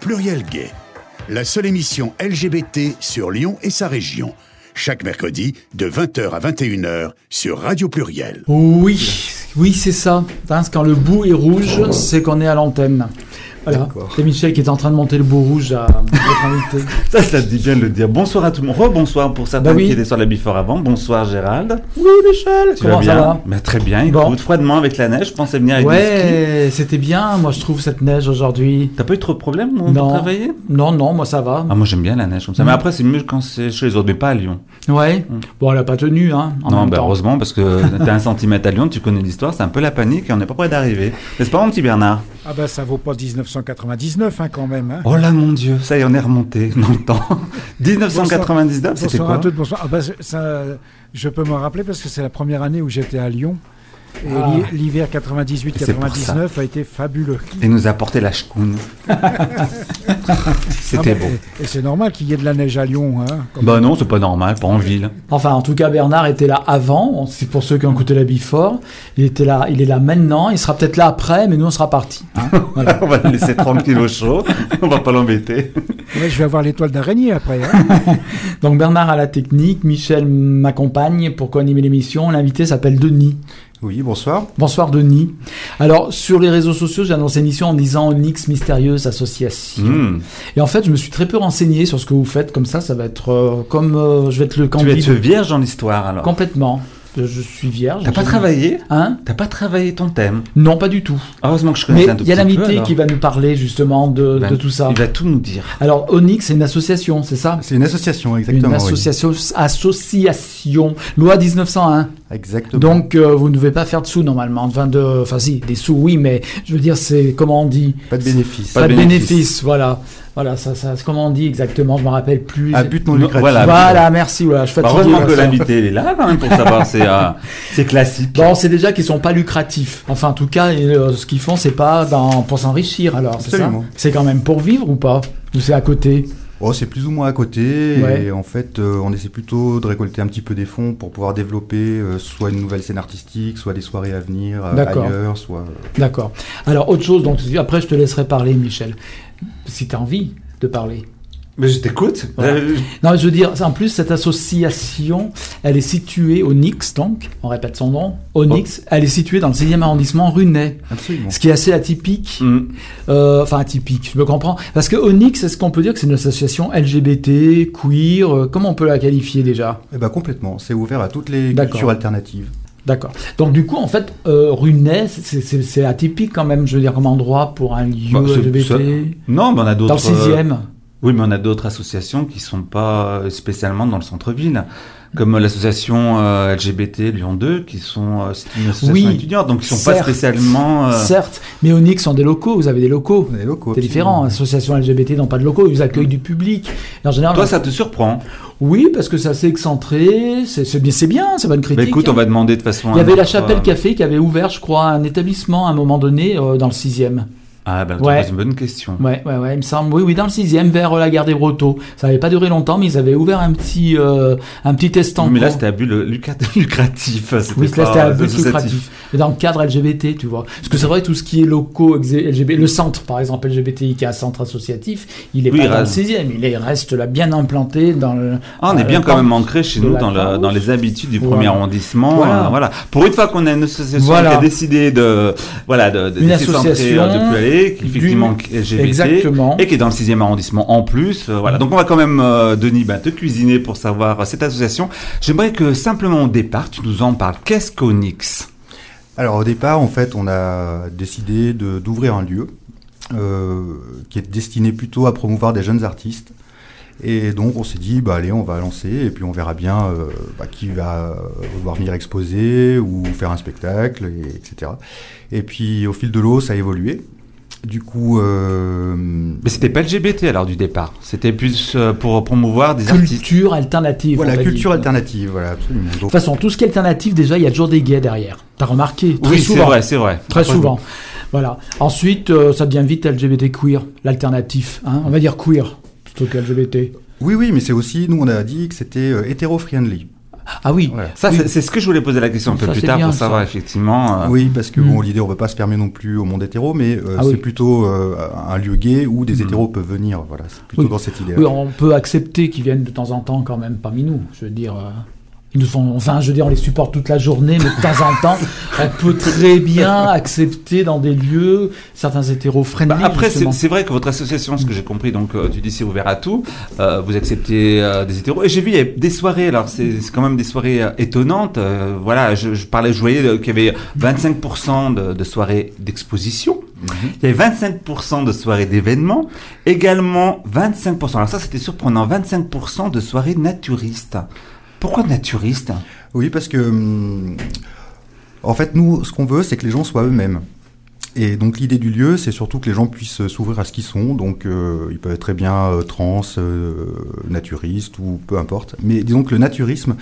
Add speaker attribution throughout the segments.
Speaker 1: Pluriel Gay, la seule émission LGBT sur Lyon et sa région. Chaque mercredi de 20h à 21h sur Radio Pluriel.
Speaker 2: Oui, oui, c'est ça. Hein, quand le bout est rouge, c'est qu'on est à l'antenne. Voilà. C'est Michel qui est en train de monter le bout rouge à notre invité.
Speaker 3: Ça, ça te dit bien de le dire. Bonsoir à tout le monde. Rebonsoir pour certains
Speaker 2: Bah oui.
Speaker 3: qui étaient sur la Bifort avant. Bonsoir Gérald.
Speaker 2: Oui, Michel,
Speaker 3: Tu
Speaker 2: comment
Speaker 3: vas
Speaker 2: ça
Speaker 3: bien
Speaker 2: va
Speaker 3: Bah, Très bien. Écoute,
Speaker 2: Bon.
Speaker 3: froidement avec la neige, je pensais venir avec des skis.
Speaker 2: Ouais, c'était bien, moi je trouve cette neige aujourd'hui.
Speaker 3: T'as pas eu trop de problèmes pour
Speaker 2: Non. Mm.
Speaker 3: travailler
Speaker 2: Non, non, moi ça va.
Speaker 3: ah, moi j'aime bien la neige comme ça. Mais après c'est mieux quand c'est chez les autres, mais pas à Lyon.
Speaker 2: Ouais. Bon, elle a pas tenu, hein. En
Speaker 3: non,
Speaker 2: même
Speaker 3: bah,
Speaker 2: temps.
Speaker 3: heureusement parce que t'as un centimètre à Lyon, tu connais l'histoire, c'est un peu la panique et on n'est pas près d'arriver. N'est-ce pas mon petit Bernard
Speaker 4: Ah ben ça vaut pas 1999 hein, quand même. Hein.
Speaker 3: Oh là mon dieu, ça y est, on est remonté dans le temps. 1999, Oh, c'était
Speaker 4: bonsoir
Speaker 3: quoi
Speaker 4: à toutes, bonsoir. Ah ben, je- ça, je peux me rappeler parce que c'est la première année où j'étais à Lyon. Et l'hi- l'hiver
Speaker 3: Et Ah. c'est pour ça.
Speaker 4: 98-99 a été fabuleux.
Speaker 3: Et nous apporter la chkoun.
Speaker 2: Ah,
Speaker 3: c'était
Speaker 4: Ah ben,
Speaker 3: beau.
Speaker 4: Et, et c'est normal qu'il y ait de la neige à Lyon. Hein, quand-
Speaker 3: Bah non, c'est pas normal, pas en ville.
Speaker 2: Enfin, en tout cas, Bernard était là avant. C'est pour ceux qui ont écouté la Bifort. Il était là, il est là maintenant. Il sera peut-être là après, mais nous on sera partis. hein. Voilà.
Speaker 3: On va le laisser tranquille au chaud, on va pas l'embêter.
Speaker 4: Ouais, je vais avoir l'étoile d'araignée après. hein.
Speaker 2: Donc Bernard à la technique, Michel m'accompagne pour co-animer l'émission. L'invité s'appelle Denis.
Speaker 5: Oui, bonsoir.
Speaker 2: Bonsoir Denis. Alors sur les réseaux sociaux, j'ai annoncé l'émission en disant Onyx Mystérieuse Association.
Speaker 3: Hmm.
Speaker 2: Et en fait, je me suis très peu renseigné sur ce que vous faites. Comme ça, ça va être euh, comme euh, je vais être le
Speaker 3: Tu vas
Speaker 2: candidat.
Speaker 3: être vierge en histoire alors.
Speaker 2: Complètement. Je je suis vierge.
Speaker 3: T'as pas
Speaker 2: J'ai-
Speaker 3: travaillé
Speaker 2: Hein
Speaker 3: T'as pas travaillé ton thème
Speaker 2: Non, pas du tout.
Speaker 3: Heureusement que je
Speaker 2: Mais
Speaker 3: connais un tout
Speaker 2: il y a
Speaker 3: petit peu,
Speaker 2: l'invité
Speaker 3: alors.
Speaker 2: qui va nous parler justement de,
Speaker 3: Ben,
Speaker 2: de tout ça.
Speaker 3: Il va tout nous dire.
Speaker 2: Alors Onyx, c'est une association, c'est ça
Speaker 5: C'est une association, exactement.
Speaker 2: Une
Speaker 5: oui.
Speaker 2: association, association, loi 1901.
Speaker 5: Exactement.
Speaker 2: Donc euh, vous ne devez pas faire de sous normalement, enfin de, enfin si des sous oui, mais je veux dire c'est comment on dit,
Speaker 5: pas de bénéfice.
Speaker 2: pas,
Speaker 3: Pas de
Speaker 2: de
Speaker 3: bénéfice.
Speaker 2: bénéfice, voilà, voilà ça, ça c'est comment on dit exactement, je me rappelle plus.
Speaker 5: À but non
Speaker 3: Non,
Speaker 5: lucratif.
Speaker 3: voilà.
Speaker 2: voilà, merci, voilà, je
Speaker 3: Bah,
Speaker 2: fatigue.
Speaker 3: heureusement que l'invité il est là quand même pour savoir, c'est euh, c'est classique.
Speaker 2: Bon, c'est déjà qu'ils sont pas lucratifs. Enfin, en tout cas, euh, ce qu'ils font, c'est pas dans, pour s'enrichir. Alors, c'est ça.
Speaker 5: Absolument.
Speaker 2: C'est quand même pour vivre ou pas Ou c'est à côté
Speaker 5: Oh, c'est plus ou moins à côté.
Speaker 2: Ouais.
Speaker 5: Et en fait, euh, on essaie plutôt de récolter un petit peu des fonds pour pouvoir développer euh, soit une nouvelle scène artistique, soit des soirées à venir euh,
Speaker 2: D'accord.
Speaker 5: ailleurs, soit.
Speaker 2: D'accord. Alors, autre chose, donc, après, je te laisserai parler, Michel, si tu as envie de parler.
Speaker 3: Mais je t'écoute.
Speaker 2: Voilà.
Speaker 3: Euh,
Speaker 2: Non, mais je veux dire, en plus, cette association, elle est située au Nix, donc, on répète son nom,
Speaker 3: Oh.
Speaker 2: au Nix, elle est située dans le 6e arrondissement Runay,
Speaker 5: Absolument.
Speaker 2: ce qui est assez atypique,
Speaker 3: hmm.
Speaker 2: euh, enfin atypique, je me comprends, parce que Onyx, est-ce qu'on peut dire que c'est une association LGBT, queer, euh, comment on peut la qualifier déjà
Speaker 5: Eh ben, complètement. C'est ouvert à toutes les
Speaker 2: D'accord.
Speaker 5: cultures alternatives.
Speaker 2: D'accord. Donc du coup, en fait, euh, Runay, c'est- c'est c'est atypique quand même, je veux dire, comme endroit pour un lieu
Speaker 3: Bah, c'est-
Speaker 2: LGBT.
Speaker 3: ça- Non, mais on a d'autres. euh,
Speaker 2: Dans le 6e
Speaker 3: Oui, mais on a d'autres associations qui sont pas euh, spécialement dans le centre-ville, comme euh, l'association euh, LGBT Lyon 2, qui sont euh, c'est une association
Speaker 2: Oui,
Speaker 3: étudiante, donc ils sont pas
Speaker 2: certes.
Speaker 3: spécialement. euh,
Speaker 2: Certes, mais Onyx ont des locaux, vous avez des locaux.
Speaker 5: On est locaux.
Speaker 2: C'est différent, hein,
Speaker 5: absolument.
Speaker 2: associations LGBT n'ont pas de locaux, ils accueillent du public. Et en général,
Speaker 3: Mm. Toi, ça te surprend.
Speaker 2: oui, parce que c'est assez excentré, c'est c'est bien, c'est bien, c'est bonne
Speaker 3: Bah,
Speaker 2: critique.
Speaker 3: écoute, on va demander de façon.
Speaker 2: Il y avait la
Speaker 3: autre, euh,
Speaker 2: Chapelle Café qui avait ouvert, je crois, un établissement à un moment donné euh, dans le 6e.
Speaker 3: Ah, ben,
Speaker 2: Ouais.
Speaker 3: c'est une bonne question.
Speaker 2: Ouais, ouais, ouais, il me semble. Oui, oui, dans le 6e, vers euh, la gare des Brotteaux. Ça n'avait pas duré longtemps, mais ils avaient ouvert un petit, euh, un petit
Speaker 3: Oui,
Speaker 2: estampe.
Speaker 3: mais là, c'était à but le- lucrat- lucratif. c'était
Speaker 2: Oui, là,
Speaker 3: pas
Speaker 2: c'était à but
Speaker 3: associatif.
Speaker 2: lucratif. Mais dans le cadre LGBT, tu vois. Parce que c'est vrai, que tout ce qui est locaux, exa- LGBT, le centre, par exemple, LGBTI, qui est un centre associatif, il est
Speaker 3: Oui,
Speaker 2: pas
Speaker 3: il
Speaker 2: dans le
Speaker 3: reste.
Speaker 2: 6e. Il est- reste là bien implanté dans le.
Speaker 3: Ah, on est
Speaker 2: dans
Speaker 3: bien
Speaker 2: le
Speaker 3: quand même
Speaker 2: camp.
Speaker 3: ancré chez
Speaker 2: Euh, de
Speaker 3: nous
Speaker 2: la
Speaker 3: dans, le-
Speaker 2: Croix-Rouge.
Speaker 3: dans les habitudes du
Speaker 2: Voilà.
Speaker 3: premier arrondissement.
Speaker 2: Voilà.
Speaker 3: euh, voilà. Pour une fois qu'on a une association
Speaker 2: Voilà.
Speaker 3: qui a décidé de voilà de, de,
Speaker 2: Une
Speaker 3: d'essayer de s'ancrer, euh,
Speaker 2: association
Speaker 3: de plus aller, qui
Speaker 2: d'une-
Speaker 3: effectivement qui est LGBT
Speaker 2: Exactement.
Speaker 3: et qui est dans le 6e arrondissement en plus. euh, voilà. Donc on va quand même euh, Denis ben, te cuisiner pour savoir euh, cette association. J'aimerais que simplement au départ tu nous en parles. Qu'est-ce qu'Onyx
Speaker 5: Alors au départ, en fait, on a décidé de- d'ouvrir un lieu euh, qui est destiné plutôt à promouvoir des jeunes artistes. Et donc on s'est dit, bah allez, on va lancer et puis on verra bien euh, bah, qui va vouloir venir exposer ou faire un spectacle, et- etc. Et puis au fil de l'eau, ça a évolué. Du coup, euh,
Speaker 3: Mais c'était pas LGBT alors du départ. C'était plus euh, pour promouvoir des artistes.
Speaker 2: Culture alternative. on
Speaker 5: voilà,
Speaker 2: va
Speaker 5: culture
Speaker 2: dire.
Speaker 5: alternative, voilà, absolument.
Speaker 2: De
Speaker 5: Donc,
Speaker 2: toute façon, tout ce qui est alternatif, déjà, il y a toujours des gays derrière. T'as remarqué Très
Speaker 3: oui, c'est
Speaker 2: souvent.
Speaker 3: vrai, c'est vrai.
Speaker 2: Très
Speaker 5: Absolument.
Speaker 2: souvent. Voilà. Ensuite, euh, ça devient vite LGBT queer, l'alternatif. hein. On va dire queer plutôt que LGBT.
Speaker 5: oui, oui, mais c'est aussi, nous on a dit que c'était euh, hétéro-friendly.
Speaker 2: Ah oui,
Speaker 5: Ouais.
Speaker 3: Ça,
Speaker 2: Oui.
Speaker 3: c'est- c'est ce que je voulais poser la question un peu
Speaker 2: Ça,
Speaker 3: plus
Speaker 2: c'est
Speaker 3: tard
Speaker 2: bien,
Speaker 3: pour
Speaker 2: ça.
Speaker 3: savoir effectivement. euh,
Speaker 5: Oui, parce que
Speaker 2: Mm.
Speaker 5: bon, l'idée, on ne veut pas se fermer non plus au monde hétéro, mais euh,
Speaker 2: Ah
Speaker 5: c'est
Speaker 2: oui. Mm.
Speaker 5: plutôt euh, un lieu gay où des hétéros peuvent venir. Voilà, c'est plutôt
Speaker 2: Oui.
Speaker 5: dans cette idée.
Speaker 3: euh,
Speaker 2: Oui, on peut accepter qu'ils viennent de temps en temps quand même parmi nous. Je veux dire, euh, ils nous sont, enfin, je veux dire, on les supporte toute la journée, mais de temps en temps, on peut très bien accepter dans des lieux certains hétéros
Speaker 3: bah,
Speaker 2: friendly.
Speaker 3: après, c'est
Speaker 2: justement.
Speaker 3: c'est vrai que votre association, ce que j'ai compris, donc euh, tu dis c'est ouvert à tout, euh, vous acceptez euh, des hétéros. Et j'ai vu il y avait des soirées, alors c'est c'est quand même des soirées euh, étonnantes. euh, voilà, je, je parlais, je voyais euh, qu'il y avait 25% de, de soirées d'exposition, il y avait 25% de soirées d'événements, également 25%, alors ça c'était surprenant, 25% de soirées naturistes. Pourquoi naturistes
Speaker 5: Oui, parce que hum, en fait, nous, ce qu'on veut, c'est que les gens soient eux-mêmes. Et donc l'idée du lieu, c'est surtout que les gens puissent euh, s'ouvrir à ce qu'ils sont. Donc euh, ils peuvent être très bien euh, trans, euh, naturistes ou peu importe. Mais disons que le naturisme,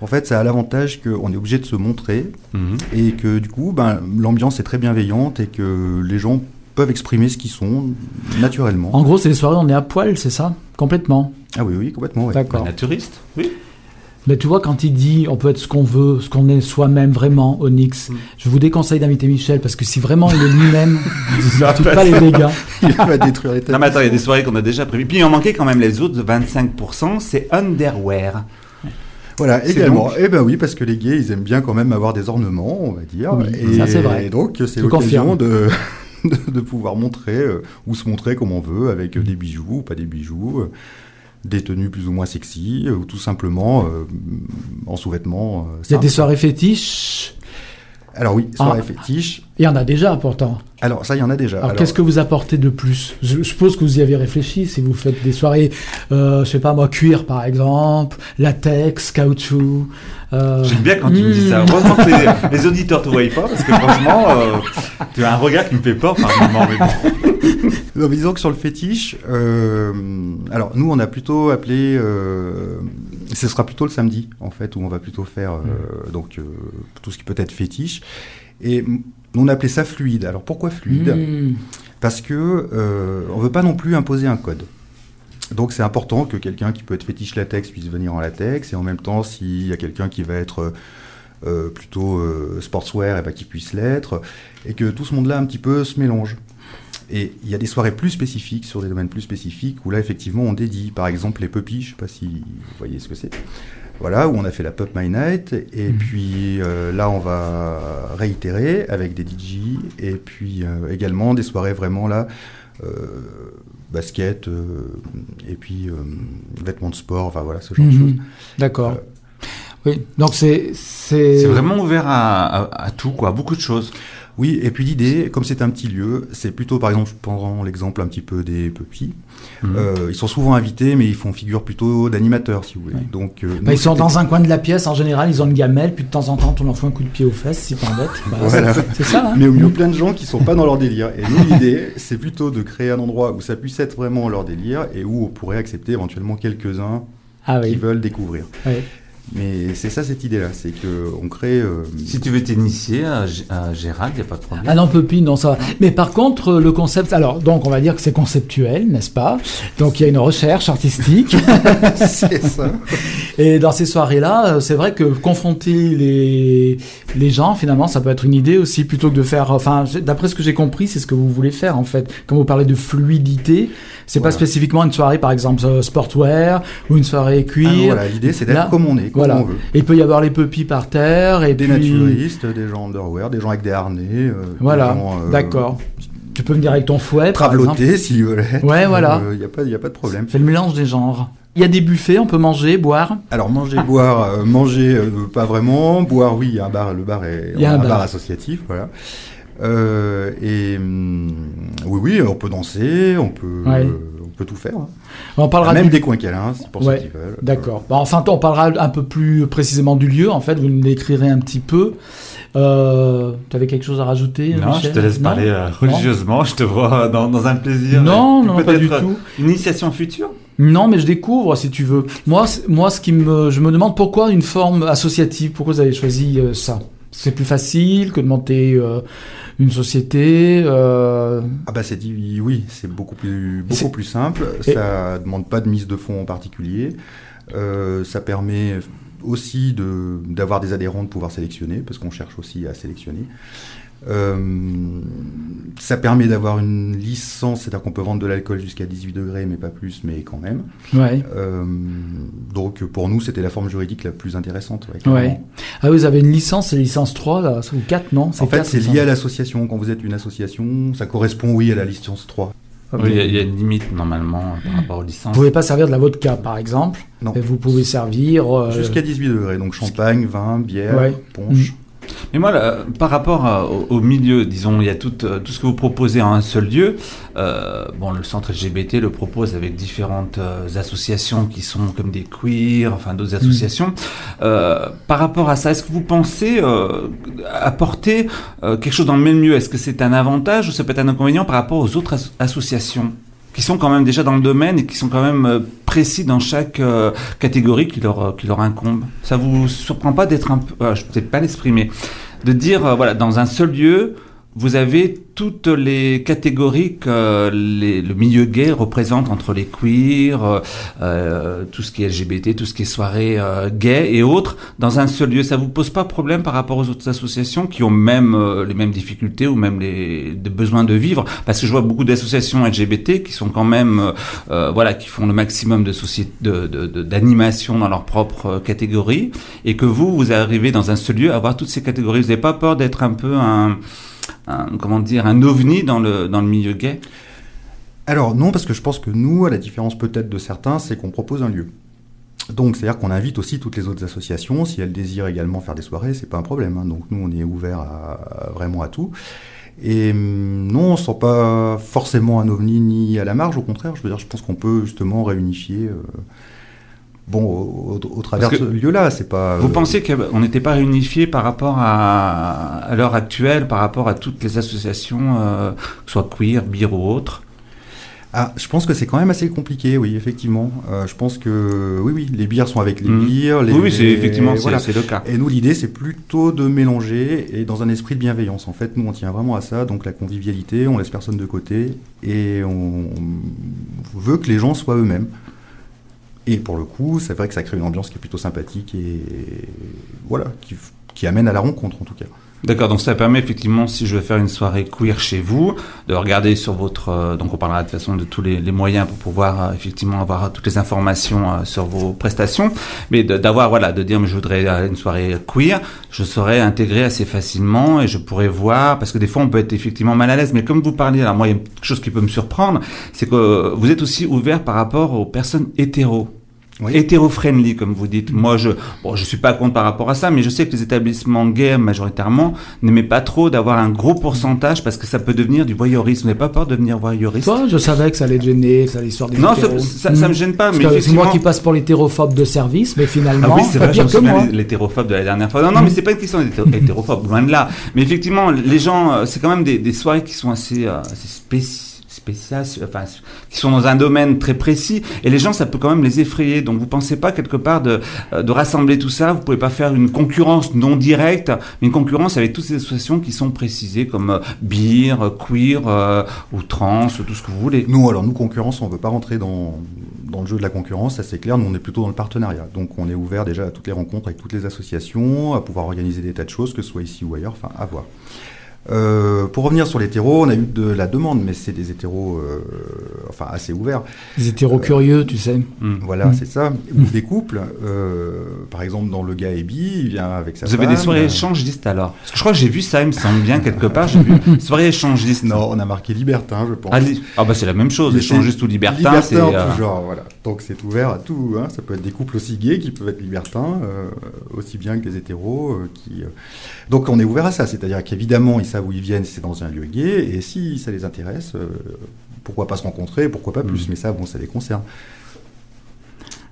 Speaker 5: en fait, ça a l'avantage qu'on est obligé de se montrer
Speaker 3: Mhm.
Speaker 5: et que du coup, ben, l'ambiance est très bienveillante et que les gens peuvent exprimer ce qu'ils sont naturellement.
Speaker 2: En gros, c'est les soirées, on est à poil, c'est ça Complètement.
Speaker 5: Ah oui, oui, complètement. ouais.
Speaker 2: D'accord.
Speaker 3: Naturiste, oui.
Speaker 2: Mais tu vois, quand il dit on peut être ce qu'on veut, ce qu'on est soi-même vraiment, Onyx,
Speaker 3: Mm.
Speaker 2: je vous déconseille d'inviter Michel parce que si vraiment il est lui-même, il ne pas les dégâts.
Speaker 5: Il va détruire les
Speaker 3: Non mais attends, il y a des soirées qu'on a déjà prévues. Puis il en manquait quand même les autres de 25%, c'est underwear.
Speaker 5: Voilà,
Speaker 3: C'est
Speaker 5: également.
Speaker 3: donc-
Speaker 5: Eh ben oui, parce que les gays, ils aiment bien quand même avoir des ornements, on va dire.
Speaker 2: Oui,
Speaker 5: et
Speaker 2: ça, c'est vrai.
Speaker 5: Et donc, c'est
Speaker 2: Je confirme.
Speaker 5: l'occasion de, de, de pouvoir montrer euh, ou se montrer comme on veut, avec euh, des bijoux ou pas des bijoux, euh, des tenues plus ou moins sexy, euh, ou tout simplement euh, en sous-vêtements. euh,
Speaker 2: Il y a des
Speaker 5: simples.
Speaker 2: soirées fétiches,
Speaker 5: Alors oui, soirée
Speaker 2: Ah.
Speaker 5: fétiche.
Speaker 2: il y en a déjà pourtant.
Speaker 5: Alors ça, il y en a déjà.
Speaker 2: Alors,
Speaker 5: Alors,
Speaker 2: qu'est-ce que vous apportez de plus je, je suppose que vous y avez réfléchi si vous faites des soirées, euh, je sais pas moi, cuir par exemple, latex, caoutchouc. euh,
Speaker 3: J'aime bien quand tu me dis ça.
Speaker 2: hmm.
Speaker 3: Heureusement que les, les auditeurs te voient pas parce que franchement, euh, tu as un regard qui me fait peur par moment. mais bon.
Speaker 5: Non, mais disons que sur le fétiche, euh, alors nous on a plutôt appelé, euh, ce sera plutôt le samedi en fait où on va plutôt faire euh, donc euh, tout ce qui peut être fétiche et mm, on a appelé ça fluide. Alors pourquoi fluide
Speaker 2: Hmm.
Speaker 5: Parce que euh, on veut pas non plus imposer un code. Donc c'est important que quelqu'un qui peut être fétiche latex puisse venir en latex et en même temps s'il y a quelqu'un qui va être euh, plutôt euh, sportswear et ben, qu'il puisse l'être et que tout ce monde-là un petit peu se mélange. Et il y a des soirées plus spécifiques sur des domaines plus spécifiques où là effectivement on dédie par exemple les puppies, je sais pas si vous voyez ce que c'est. Voilà, où on a fait la Pop My Night, et puis euh, là on va réitérer avec des DJ, et puis euh, également des soirées vraiment là, euh, basket, euh, et puis euh, vêtements de sport, enfin voilà ce genre de
Speaker 2: Mhm.
Speaker 5: choses.
Speaker 2: D'accord.
Speaker 5: Euh,
Speaker 2: Oui, donc c'est.
Speaker 3: C'est vraiment ouvert à, à- à tout, quoi, à beaucoup de choses.
Speaker 5: Oui, et puis l'idée, comme c'est un petit lieu, c'est plutôt par exemple, je prends l'exemple un petit peu des puppies,
Speaker 2: Mhm.
Speaker 5: Euh, ils sont souvent invités, mais ils font figure plutôt d'animateurs si vous voulez. Donc, euh,
Speaker 2: Bah,
Speaker 5: nous,
Speaker 2: ils sont
Speaker 5: c'était-
Speaker 2: dans un coin de la pièce, en général, ils ont une gamelle, puis de temps en temps, on leur fout un coup de pied aux fesses si t'embêtes. Bah,
Speaker 5: Voilà.
Speaker 2: c'est- C'est ça, hein
Speaker 5: Mais au milieu, plein de gens qui sont pas dans leur délire. Et nous, l'idée, c'est plutôt de créer un endroit où ça puisse être vraiment leur délire et où on pourrait accepter éventuellement quelques-uns
Speaker 2: Ah
Speaker 5: qui
Speaker 2: oui.
Speaker 5: veulent découvrir.
Speaker 2: oui.
Speaker 5: Mais c'est ça cette idée-là, c'est que on crée. euh,
Speaker 3: Si tu veux t'initier à, G- à Gérald, il n'y a pas de problème.
Speaker 2: Ah non, Pupi, non, ça va. Mais par contre, euh, le concept. Alors, donc, on va dire que c'est conceptuel, n'est-ce pas Donc, il y a une recherche artistique.
Speaker 5: c'est ça. Ah,
Speaker 2: Et dans ces soirées-là, euh, c'est vrai que confronter les, les gens, finalement, ça peut être une idée aussi, plutôt que de faire. Enfin, j'ai- d'après ce que j'ai compris, c'est ce que vous voulez faire, en fait. Quand vous parlez de fluidité, c'est
Speaker 5: Voilà.
Speaker 2: pas spécifiquement une soirée, par exemple, euh, sportwear ou une soirée
Speaker 5: Ah,
Speaker 2: cuir.
Speaker 5: non, voilà, l'idée, c'est
Speaker 2: Là,
Speaker 5: d'être comme on est, comme
Speaker 2: voilà.
Speaker 5: on veut.
Speaker 2: Et Il peut y avoir les pupilles par terre et
Speaker 5: Des
Speaker 2: puis-
Speaker 5: naturistes, des gens underwear, des gens avec des harnais. euh, des
Speaker 2: Voilà,
Speaker 5: gens, euh,
Speaker 2: d'accord. Tu peux venir avec ton fouet, par exemple.
Speaker 5: Travelotés, s'ils veulent être.
Speaker 2: Ouais, voilà.
Speaker 5: Il n'y a, pas- Euh, y a pas de problème.
Speaker 2: C'est le mélange des genres. Il y a des buffets, on peut manger, boire.
Speaker 5: Alors manger, boire, euh, manger euh, pas vraiment, boire oui, il y a un bar, le bar est
Speaker 2: Il y a un
Speaker 5: un
Speaker 2: bar.
Speaker 5: bar, associatif, voilà. Euh, et hum, oui, oui, on peut danser, on peut,
Speaker 2: Ouais.
Speaker 5: euh, on peut tout faire. hein.
Speaker 2: On parlera
Speaker 5: Même
Speaker 2: du-
Speaker 5: des coins câlins, c'est pour
Speaker 2: Ouais,
Speaker 5: ceux qui veulent.
Speaker 2: D'accord. Bah, enfin, on parlera un peu plus précisément du lieu. En fait, vous nous l'écrirez un petit peu. Euh, tu avais quelque chose à rajouter
Speaker 3: Non, je
Speaker 2: Michel
Speaker 3: te laisse
Speaker 2: Non
Speaker 3: parler euh, religieusement, je te vois dans, dans un plaisir.
Speaker 2: Non,
Speaker 3: Et
Speaker 2: non, pas
Speaker 3: peut-être,
Speaker 2: du
Speaker 3: euh,
Speaker 2: tout.
Speaker 3: Une initiation future
Speaker 2: Non, mais je découvre, si tu veux. Moi, c- moi, ce qui me, je me demande pourquoi une forme associative. Pourquoi vous avez choisi euh, ça C'est plus facile que de monter euh, une société. euh,
Speaker 5: Ah bah c'est dit, oui, c'est beaucoup plus,
Speaker 2: C'est-
Speaker 5: beaucoup plus simple.
Speaker 2: Et-
Speaker 5: Ça demande pas de mise de fonds en particulier. Euh, ça permet aussi de- d'avoir des adhérents, de pouvoir sélectionner, parce qu'on cherche aussi à sélectionner. Euh, ça permet d'avoir une licence, c'est-à-dire qu'on peut vendre de l'alcool jusqu'à 18 degrés, mais pas plus, mais quand même.
Speaker 2: Ouais.
Speaker 5: Euh, donc pour nous, c'était la forme juridique la plus intéressante. ouais, clairement.
Speaker 2: Ouais. Ah, vous avez une licence, c'est licence 3, là, ou 4, non
Speaker 5: En fait,
Speaker 2: quatre,
Speaker 5: c'est
Speaker 2: il me
Speaker 5: lié à
Speaker 2: semble.
Speaker 5: l'association. Quand vous êtes une association, ça correspond, oui, à la licence 3.
Speaker 3: Oui, Il y, a- il y a une limite normalement par rapport aux licences.
Speaker 2: Vous pouvez pas servir de la vodka, par exemple.
Speaker 5: Non.
Speaker 2: mais Vous pouvez servir. euh,
Speaker 5: Jusqu'à 18 degrés, donc champagne, vin, bière,
Speaker 2: Ouais.
Speaker 3: Mm.
Speaker 5: punch.
Speaker 3: Mais moi, là, par rapport euh, au- au milieu, disons, il y a tout, euh, tout ce que vous proposez en un seul lieu. Euh, bon, le centre LGBT le propose avec différentes euh, associations qui sont comme des queers, enfin d'autres associations. Euh, par rapport à ça, est-ce que vous pensez euh, apporter euh, quelque chose dans le même lieu Est-ce que c'est un avantage ou ça peut être un inconvénient par rapport aux autres as- associations qui sont quand même déjà dans le domaine et qui sont quand même euh, précis dans chaque euh, catégorie qui leur, euh, qui leur incombe. Ça vous surprend pas d'être un peu, euh, je peux peut-être pas l'exprimer, de dire, euh, voilà, dans un seul lieu, vous avez toutes les catégories que euh, les- le milieu gay représente entre les queers, euh, euh, tout ce qui est LGBT, tout ce qui est soirée euh, gay et autres, dans un seul lieu. Ça vous pose pas problème par rapport aux autres associations qui ont même euh, les mêmes difficultés ou même les, des besoins de vivre Parce que je vois beaucoup d'associations LGBT qui sont quand même, euh, euh, voilà, qui font le maximum de société, de, de- de- d'animation dans leur propre euh, catégorie, et que vous, vous arrivez dans un seul lieu à avoir toutes ces catégories. Vous n'avez pas peur d'être un peu un, un- comment dire, un ovni dans le dans le milieu gay
Speaker 5: Alors non, parce que je pense que nous, à la différence peut-être de certains, c'est qu'on propose un lieu. Donc c'est-à-dire qu'on invite aussi toutes les autres associations, si elles désirent également faire des soirées, c'est pas un problème. hein. Donc nous, on est ouvert à- à- vraiment à tout. Et hum, non, on ne sent pas forcément un ovni ni à la marge, au contraire, je veux dire, je pense qu'on peut justement réunifier. euh, Bon, au, au- au travers de
Speaker 3: Parce
Speaker 5: ce
Speaker 3: que
Speaker 5: lieu-là, c'est pas.
Speaker 3: Vous
Speaker 5: euh,
Speaker 3: pensez qu'on n'était pas réunifié par rapport à, à l'heure actuelle, par rapport à toutes les associations, euh, que ce soit queer, bir ou autres
Speaker 5: Ah, je pense que c'est quand même assez compliqué, oui, effectivement. Euh, je pense que, oui, oui, les bières sont avec les
Speaker 3: Mhm.
Speaker 5: bières. Les,
Speaker 3: Oui, oui, c'est
Speaker 5: les-
Speaker 3: effectivement c'est-
Speaker 5: voilà.
Speaker 3: c'est le cas.
Speaker 5: Et nous, l'idée, c'est plutôt de mélanger et dans un esprit de bienveillance. En fait, nous, on tient vraiment à ça, donc la convivialité, on laisse personne de côté et on on veut que les gens soient eux-mêmes. Et pour le coup, c'est vrai que ça crée une ambiance qui est plutôt sympathique et voilà, qui, f- qui amène à la rencontre en tout cas.
Speaker 3: D'accord, donc ça permet effectivement, si je veux faire une soirée queer chez vous, de regarder sur votre... euh, donc on parlera de toute façon de tous les, les moyens pour pouvoir euh, effectivement avoir toutes les informations euh, sur vos prestations, mais de- d'avoir, voilà, de dire, mais je voudrais euh, une soirée queer, je serais intégré assez facilement et je pourrais voir, parce que des fois on peut être effectivement mal à l'aise, mais comme vous parliez, alors moi il y a quelque chose qui peut me surprendre, c'est que euh, vous êtes aussi ouvert par rapport aux personnes hétéros
Speaker 5: Oui.
Speaker 3: hétéro-friendly, comme vous dites. Moi, je bon, je suis pas contre par rapport à ça, mais je sais que les établissements gays, majoritairement, n'aimaient pas trop d'avoir un gros pourcentage parce que ça peut devenir du voyeurisme. Vous n'avez pas peur de devenir voyeuriste
Speaker 2: Toi, je savais que ça allait te gêner, que ça allait sortir des
Speaker 3: Non, ça,
Speaker 2: hétéros.
Speaker 3: ça, ça me
Speaker 2: Mm.
Speaker 3: gêne pas,
Speaker 2: Parce
Speaker 3: mais
Speaker 2: que c'est moi
Speaker 3: effectivement-
Speaker 2: qui passe pour l'hétérophobe de service, mais finalement,
Speaker 3: Ah oui, c'est
Speaker 2: pas
Speaker 3: vrai, je
Speaker 2: pire
Speaker 3: me
Speaker 2: que moi.
Speaker 3: souviens de l'hétérophobe de la dernière fois. Non, non, mais c'est pas une question d'hété- d'hétérophobe, loin de là. Mais effectivement, les gens, euh, c'est quand même des, des soirées qui sont assez, euh, assez spéci- spéciales, enfin, s- qui sont dans un domaine très précis. Et les gens, ça peut quand même les effrayer. Donc, vous pensez pas quelque part de, euh, de rassembler tout ça Vous pouvez pas faire une concurrence non directe, mais une concurrence avec toutes ces associations qui sont précisées comme euh, beer, euh, queer euh, ou trans ou tout ce que vous voulez.
Speaker 5: Nous, alors, nous, concurrence, on ne veut pas rentrer dans, dans le jeu de la concurrence, ça c'est clair. Nous, on est plutôt dans le partenariat. Donc, on est ouvert déjà à toutes les rencontres avec toutes les associations, à pouvoir organiser des tas de choses, que ce soit ici ou ailleurs, enfin, à voir. Euh, pour revenir sur les l'hétéro, on a eu de la demande, mais c'est des hétéros euh, enfin, assez ouverts.
Speaker 2: Des hétéros curieux, tu sais.
Speaker 5: Voilà,
Speaker 3: Mmh.
Speaker 5: c'est ça. Ou des couples. euh, par exemple, dans le gars et bi, il vient avec sa
Speaker 3: Vous avez
Speaker 5: femme.
Speaker 3: des
Speaker 2: euh,
Speaker 3: soirées échangistes alors Parce que je crois que j'ai vu ça, il me semble bien quelque part. J'ai vu soirées échangistes.
Speaker 5: Non, on a marqué libertin, je pense.
Speaker 3: Ah, li- ah bah c'est la même chose,
Speaker 5: Mais
Speaker 3: échangiste
Speaker 5: c'est
Speaker 3: ou libertin,
Speaker 5: libertin
Speaker 3: c'est...
Speaker 5: en
Speaker 3: euh,
Speaker 5: tout genre, voilà. Donc c'est ouvert à tout. hein. Ça peut être des couples aussi gays qui peuvent être libertins, euh, aussi bien que des hétéros. euh, qui, euh. Donc on est ouvert à ça. C'est-à-dire qu'évidemment, ils savent où ils viennent, c'est dans un lieu gay. Et si ça les intéresse, euh, pourquoi pas se rencontrer, pourquoi pas
Speaker 3: Mm.
Speaker 5: plus. Mais ça, bon, ça les concerne.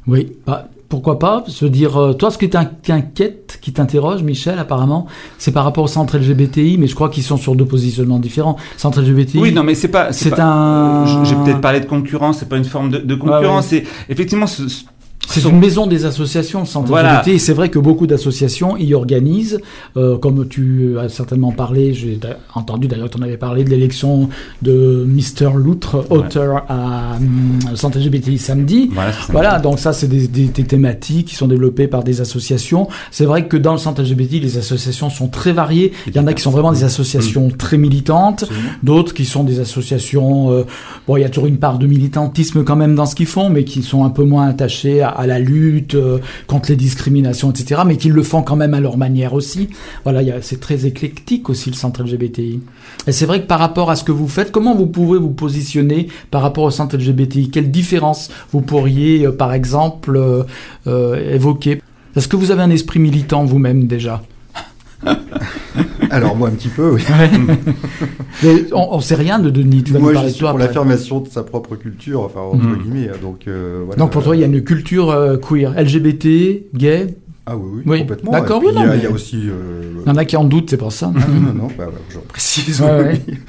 Speaker 2: Oui, bah, pourquoi pas se dire. euh, toi, ce qui t'in- t'inquiète, qui t'interroge, Michel, apparemment, c'est par rapport au centre LGBTI, mais je crois qu'ils sont sur deux positionnements différents. Centre LGBTI.
Speaker 3: Oui, non mais c'est pas...
Speaker 2: C'est
Speaker 3: pas-
Speaker 2: un-
Speaker 3: Euh, J'ai peut-être parlé de concurrence, c'est pas une forme de, de concurrence. C'est effectivement ce- ce-
Speaker 2: C'est une maison des associations, le centre
Speaker 3: Voilà.
Speaker 2: LGBT. Et c'est vrai que beaucoup d'associations y organisent, euh, comme tu as certainement parlé, j'ai d'a- entendu d'ailleurs que tu en avais parlé de l'élection de Mister Loutre, auteur à hum, le centre LGBTI samedi.
Speaker 3: Voilà, c'est ça.
Speaker 2: Voilà, donc ça, c'est des, des- des thématiques qui sont développées par des associations. C'est vrai que dans le centre LGBT, les associations sont très variées. Il y en a qui sont vraiment des associations très militantes, d'autres qui sont des associations... euh, bon, il y a toujours une part de militantisme quand même dans ce qu'ils font, mais qui sont un peu moins attachés à, à la lutte euh, contre les discriminations, etc., mais qui le font quand même à leur manière aussi. Voilà, il y a- c'est très éclectique aussi le centre LGBTI. Et c'est vrai que par rapport à ce que vous faites, comment vous pouvez vous positionner par rapport au centre LGBTI Quelle différence vous pourriez, euh, par exemple, euh, euh, évoquer Est-ce que vous avez un esprit militant vous-même déjà
Speaker 5: Alors moi un petit peu, oui.
Speaker 2: Mais On, on sait rien de Denis, tu vas
Speaker 5: moi
Speaker 2: nous
Speaker 5: je
Speaker 2: parler de
Speaker 5: suis
Speaker 2: toi.
Speaker 5: pour
Speaker 2: après.
Speaker 5: l'affirmation de sa propre culture, enfin entre
Speaker 3: Mm.
Speaker 5: guillemets. Donc, euh, voilà.
Speaker 2: Donc pour toi, il y a une culture euh, queer, LGBT, gay.
Speaker 5: Ah oui, oui,
Speaker 2: Oui.
Speaker 5: complètement.
Speaker 2: D'accord,
Speaker 5: Et
Speaker 2: oui,
Speaker 5: puis,
Speaker 2: non,
Speaker 5: Il y a-
Speaker 2: mais-
Speaker 5: il y a aussi. euh,
Speaker 2: Il y en a qui en doutent, c'est pour ça.
Speaker 5: Ah, non, non, non, bah, bah, je précise.
Speaker 2: Ouais,
Speaker 5: oui.
Speaker 2: ouais.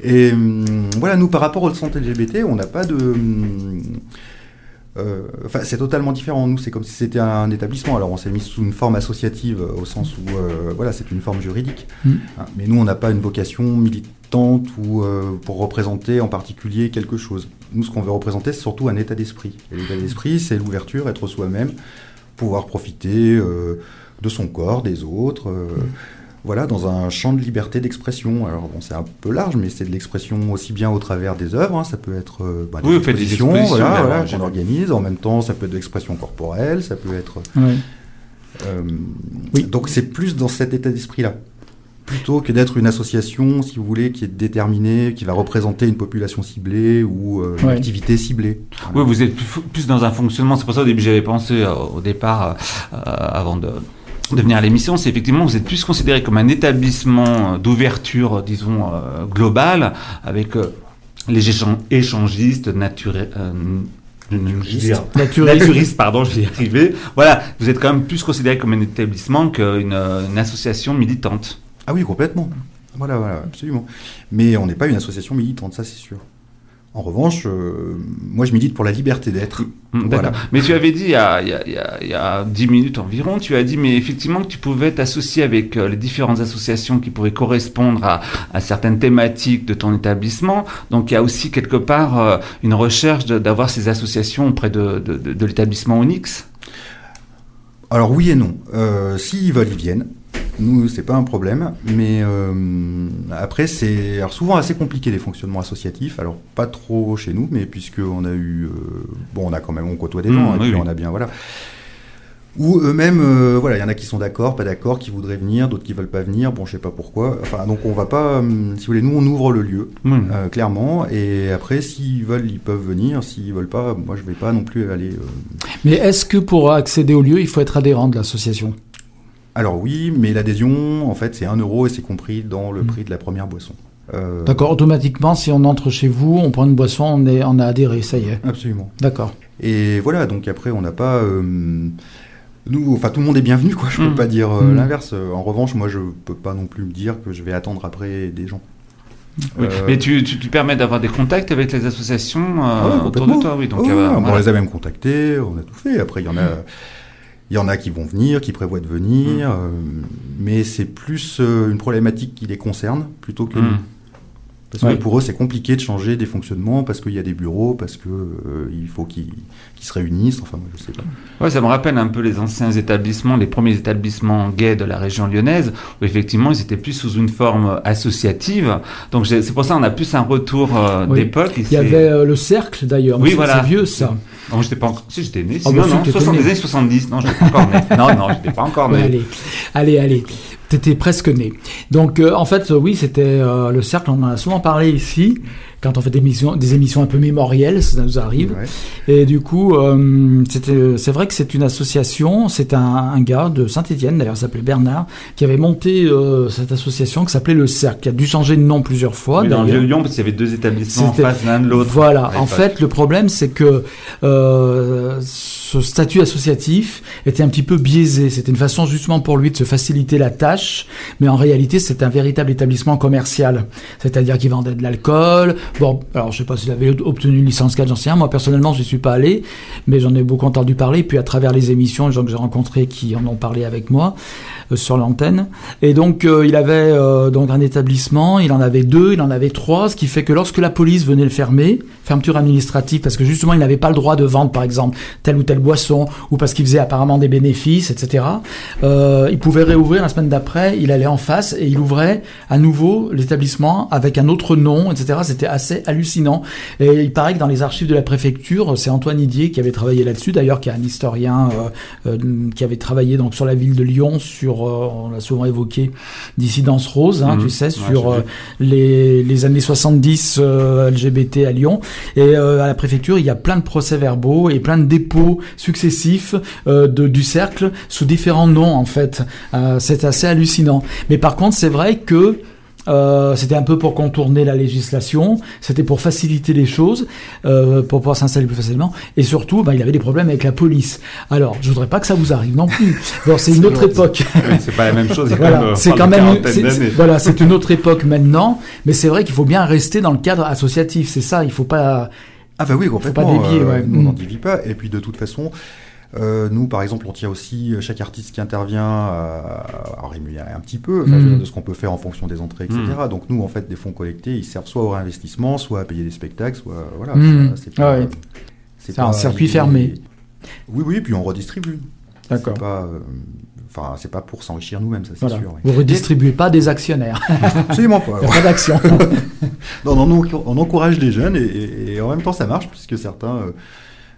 Speaker 5: Et hum, voilà, nous, par rapport au centre LGBT, on n'a pas de. hum, euh, Enfin, c'est totalement différent. Nous, c'est comme si c'était un établissement. Alors, on s'est mis sous une forme associative, euh, au sens où, euh, voilà, c'est une forme juridique.
Speaker 2: Mm.
Speaker 5: Hein, mais nous, on n'a pas une vocation militante ou euh, pour représenter en particulier quelque chose. Nous, ce qu'on veut représenter, c'est surtout un état d'esprit. Et l'état d'esprit, c'est l'ouverture, être soi-même, pouvoir profiter euh, de son corps, des autres. euh, voilà, dans un champ de liberté d'expression. Alors bon, c'est un peu large, mais c'est de l'expression aussi bien au travers des œuvres, hein, ça peut être euh, bah,
Speaker 3: Oui, vous faites des expositions,
Speaker 5: voilà,
Speaker 3: là,
Speaker 5: voilà,
Speaker 3: ouais,
Speaker 5: qu'on organise. En même temps, ça peut être de l'expression corporelle, ça peut être.
Speaker 2: Ouais.
Speaker 5: euh,
Speaker 2: Oui.
Speaker 5: Donc c'est plus dans cet état d'esprit-là, plutôt que d'être une association, si vous voulez, qui est déterminée, qui va représenter une population ciblée ou euh, une
Speaker 2: Ouais.
Speaker 5: activité ciblée.
Speaker 3: Oui, vous êtes plus- plus dans un fonctionnement. C'est pour ça au début j'avais pensé euh, au départ, euh, euh, avant de, de venir à l'émission, c'est effectivement vous êtes plus considéré comme un établissement euh, d'ouverture, euh, disons, euh, globale, avec euh, les échan- échangistes, euh, naturels.
Speaker 2: Naturiste.
Speaker 3: Naturiste, pardon, j'y ai arrivé. Voilà, vous êtes quand même plus considéré comme un établissement qu'une euh, une association militante.
Speaker 5: Ah oui, complètement. Voilà, voilà, absolument. Mais on n'est pas une association militante, ça c'est sûr. En revanche, euh, moi je milite pour la liberté d'être.
Speaker 3: Mm,
Speaker 5: Voilà.
Speaker 3: D'accord. Mais tu avais dit il y, a, il, y a, il y a- il y a 10 minutes environ, tu as dit mais effectivement que tu pouvais t'associer avec euh, les différentes associations qui pourraient correspondre à, à certaines thématiques de ton établissement. Donc il y a aussi quelque part euh, une recherche de- d'avoir ces associations auprès de, de, de, de l'établissement Onyx.
Speaker 5: Alors oui et non. Euh, S'ils veulent, ils viennent. Nous, c'est pas un problème. Mais euh, après, c'est alors, souvent assez compliqué les fonctionnements associatifs. Alors pas trop chez nous, mais puisque on a eu, euh, bon, on a quand même, on côtoie des gens,
Speaker 3: Mmh,
Speaker 5: et
Speaker 3: oui,
Speaker 5: puis
Speaker 3: oui.
Speaker 5: on a bien, voilà. Ou eux-mêmes, euh, voilà, il y en a qui sont d'accord, pas d'accord, qui voudraient venir, d'autres qui veulent pas venir. Bon, je sais pas pourquoi. Enfin, donc on va pas, hum, si vous voulez, nous on ouvre le lieu.
Speaker 3: Oui.
Speaker 5: Euh, clairement, et après, s'ils veulent, ils peuvent venir. S'ils veulent pas, moi je vais pas non plus aller. euh.
Speaker 2: Mais est-ce que pour accéder au lieu, il faut être adhérent de l'association
Speaker 5: Alors oui, mais l'adhésion, en fait, c'est 1 euro et c'est compris dans
Speaker 3: Hmm.
Speaker 5: le prix de la première boisson. Euh,
Speaker 2: D'accord, automatiquement, si on entre chez vous, on prend une boisson, on, est, on a adhéré, ça y est.
Speaker 5: Absolument.
Speaker 2: D'accord.
Speaker 5: Et voilà, donc après, on n'a pas. euh, nous, enfin, tout le monde est bienvenu, quoi. Je peux
Speaker 3: Mm.
Speaker 5: pas dire euh,
Speaker 2: Mm.
Speaker 5: l'inverse. En revanche, moi, je peux pas non plus me dire que je vais attendre après des gens.
Speaker 3: Oui.
Speaker 5: Euh,
Speaker 3: Mais tu, tu, tu permets d'avoir des contacts avec les associations euh,
Speaker 5: Ah ouais,
Speaker 3: autour de
Speaker 5: complètement.
Speaker 3: toi, oui. Donc,
Speaker 5: Ah ouais,
Speaker 3: euh,
Speaker 5: ouais, On
Speaker 3: voilà. Hmm.
Speaker 5: les a même contactés, on a tout fait. Après, il y en a, il y en a qui vont venir, qui prévoient de venir, euh, mais c'est plus euh, une problématique qui les concerne plutôt que nous.
Speaker 3: Mm.
Speaker 5: Parce que
Speaker 2: Ouais.
Speaker 5: pour eux, c'est compliqué de changer des fonctionnements parce qu'il y a des bureaux, parce que euh, il faut qu'ils qu'ils se réunissent. Enfin, moi, je sais pas.
Speaker 3: Ouais, ça me rappelle un peu les anciens établissements, les premiers établissements gays de la région lyonnaise, où effectivement ils étaient plus sous une forme euh, associative. Donc j'ai- c'est pour ça on a plus un retour euh,
Speaker 2: Oui.
Speaker 3: d'époque.
Speaker 2: Il y avait euh, le cercle d'ailleurs, mais
Speaker 3: Oui,
Speaker 2: ça,
Speaker 3: voilà.
Speaker 2: c'est vieux ça.
Speaker 3: Non, Oh, j'étais pas encore. Si j'étais né.
Speaker 2: Ah
Speaker 3: non,
Speaker 2: bah si,
Speaker 3: non,
Speaker 2: t'étais
Speaker 3: 70,
Speaker 2: né.
Speaker 3: des années 70. Non, j'étais pas encore né. Non, non, j'étais pas encore
Speaker 2: Ouais,
Speaker 3: né.
Speaker 2: allez, allez, allez. T'étais presque né. Donc, euh, en fait, euh, oui, c'était euh, le cercle. On en a souvent parlé ici quand on fait des émissions, des émissions un peu mémorielles, ça nous arrive.
Speaker 5: Ouais.
Speaker 2: Et du coup, euh, c'était- c'est vrai que c'est une association. C'est un, un gars de Saint-Étienne, d'ailleurs, il s'appelait Bernard, qui avait monté euh, cette association qui s'appelait le cercle, qui a dû changer de nom plusieurs fois.
Speaker 3: Mais dans le
Speaker 2: d'ailleurs.
Speaker 3: vieux Lyon, parce qu'il y avait deux établissements en
Speaker 2: C'était-
Speaker 3: face l'un de l'autre.
Speaker 2: Voilà,
Speaker 3: à
Speaker 2: en
Speaker 3: l'époque.
Speaker 2: fait, le problème, c'est que euh, ce statut associatif était un petit peu biaisé. C'était une façon justement pour lui de se faciliter la tâche, mais en réalité, c'est un véritable établissement commercial. C'est-à-dire qu'il vendait de l'alcool, Bon, alors je sais pas s'il avait obtenu une licence 4, j'en sais rien. Moi, personnellement, je suis pas allé, mais j'en ai beaucoup entendu parler. Puis à travers les émissions, les gens que j'ai rencontrés qui en ont parlé avec moi euh, sur l'antenne. Et donc, euh, il avait euh, donc un établissement, il en avait deux, il en avait trois, ce qui fait que lorsque la police venait le fermer, fermeture administrative, parce que justement, il n'avait pas le droit de vendre, par exemple, telle ou telle boisson, ou parce qu'il faisait apparemment des bénéfices, etc. Euh, il pouvait réouvrir la semaine d'après, il allait en face et il ouvrait à nouveau l'établissement avec un autre nom, etc. C'était assez hallucinant. Et il paraît que dans les archives de la préfecture, c'est Antoine Idier qui avait travaillé là-dessus, d'ailleurs, qui est un historien euh, euh, qui avait travaillé donc sur la ville de Lyon, sur, euh, on l'a souvent évoqué, Dissidence Rose, hein,
Speaker 3: Mhm.
Speaker 2: tu sais,
Speaker 3: Ouais,
Speaker 2: sur
Speaker 3: j'ai vu.
Speaker 2: euh, les, les années 70 euh, LGBT à Lyon. Et euh, à la préfecture, il y a plein de procès-verbaux et plein de dépôts successifs euh, de, du cercle sous différents noms, en fait. Euh, c'est assez hallucinant. Mais par contre, c'est vrai que euh, c'était un peu pour contourner la législation, c'était pour faciliter les choses, euh, pour pouvoir s'installer plus facilement, et surtout, bah, il avait des problèmes avec la police. Alors, je voudrais pas que ça vous arrive non plus. Bon, c'est une autre époque.
Speaker 3: C'est pas la même euh, chose.
Speaker 2: Voilà, c'est quand même une- c'est- c'est- voilà, c'est une autre époque maintenant, mais c'est vrai qu'il faut bien rester dans le cadre associatif, c'est ça, il faut pas
Speaker 5: Ah bah oui,
Speaker 2: pas
Speaker 5: complètement.
Speaker 2: dévier,
Speaker 5: euh,
Speaker 2: ouais.
Speaker 5: nous, on n'en
Speaker 2: Mm.
Speaker 5: dévie pas. Et puis de toute façon, euh, nous, par exemple, on tient aussi euh, chaque artiste qui intervient euh, à, à rémunérer un petit peu enfin,
Speaker 2: Mm.
Speaker 5: je veux dire, de ce qu'on peut faire en fonction des entrées, etc. Donc nous, en fait, des fonds collectés, ils servent soit au réinvestissement, soit à payer des spectacles, soit voilà.
Speaker 2: Mm.
Speaker 5: C'est
Speaker 2: Ah ouais.
Speaker 5: c'est
Speaker 2: C'est un circuit fermé.
Speaker 5: Oui, oui, puis on redistribue. C'est
Speaker 2: D'accord.
Speaker 5: pas, euh, Enfin, c'est pas pour s'enrichir nous-mêmes, ça c'est
Speaker 2: Voilà.
Speaker 5: sûr. oui.
Speaker 2: Vous redistribuez pas des actionnaires,
Speaker 5: Absolument pas.
Speaker 2: il n'y a pas d'action.
Speaker 5: Non, non, non, on encourage les jeunes et, et- et en même temps ça marche puisque certains, euh,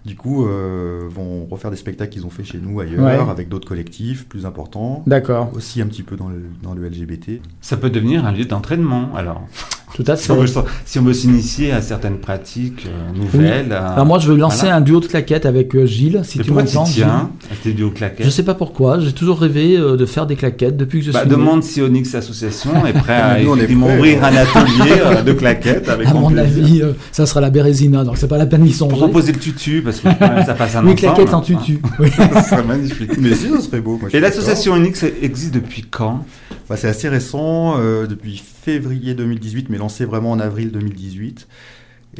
Speaker 5: du coup, euh, vont refaire des spectacles qu'ils ont fait chez nous ailleurs
Speaker 2: Ouais.
Speaker 5: avec d'autres collectifs plus importants.
Speaker 2: D'accord,
Speaker 5: Aussi un petit peu dans le, dans le LGBT.
Speaker 3: Ça peut devenir un lieu d'entraînement, alors.
Speaker 2: tout à
Speaker 3: Si
Speaker 2: fait.
Speaker 3: on veut, si on veut s'initier à certaines pratiques euh, nouvelles. à-
Speaker 2: Alors Ah, moi, je veux lancer
Speaker 3: Voilà.
Speaker 2: un duo de claquettes avec euh, Gilles, si
Speaker 3: Mais
Speaker 2: tu
Speaker 3: pourquoi tu
Speaker 2: m'entends. Gilles.
Speaker 3: tiens à tes duos claquettes
Speaker 2: Je sais pas pourquoi, j'ai toujours rêvé euh, de faire des claquettes depuis que je
Speaker 3: Bah,
Speaker 2: suis. né.
Speaker 3: demande si Onyx Association est
Speaker 2: Ah,
Speaker 3: prêt à
Speaker 5: Nous, on est
Speaker 3: effectivement
Speaker 5: prêts,
Speaker 3: ouvrir un atelier euh, de claquettes avec
Speaker 2: hein. À
Speaker 3: grand
Speaker 2: mon
Speaker 3: plaisir.
Speaker 2: avis, euh, ça sera la Bérésina, donc c'est pas la peine d'y
Speaker 3: Pour
Speaker 2: songer.
Speaker 3: proposer le tutu, parce que quand même, ça passe un
Speaker 2: Oui,
Speaker 3: ensemble.
Speaker 2: claquettes hein, en tutu. Oui.
Speaker 3: Ah, c'est magnifique.
Speaker 5: Mais si, ça serait beau. moi, je suis
Speaker 3: Et l'association Onyx existe depuis quand
Speaker 5: d'accord. Bah, c'est assez récent, euh, depuis février 2018, mais lancé vraiment en avril 2018.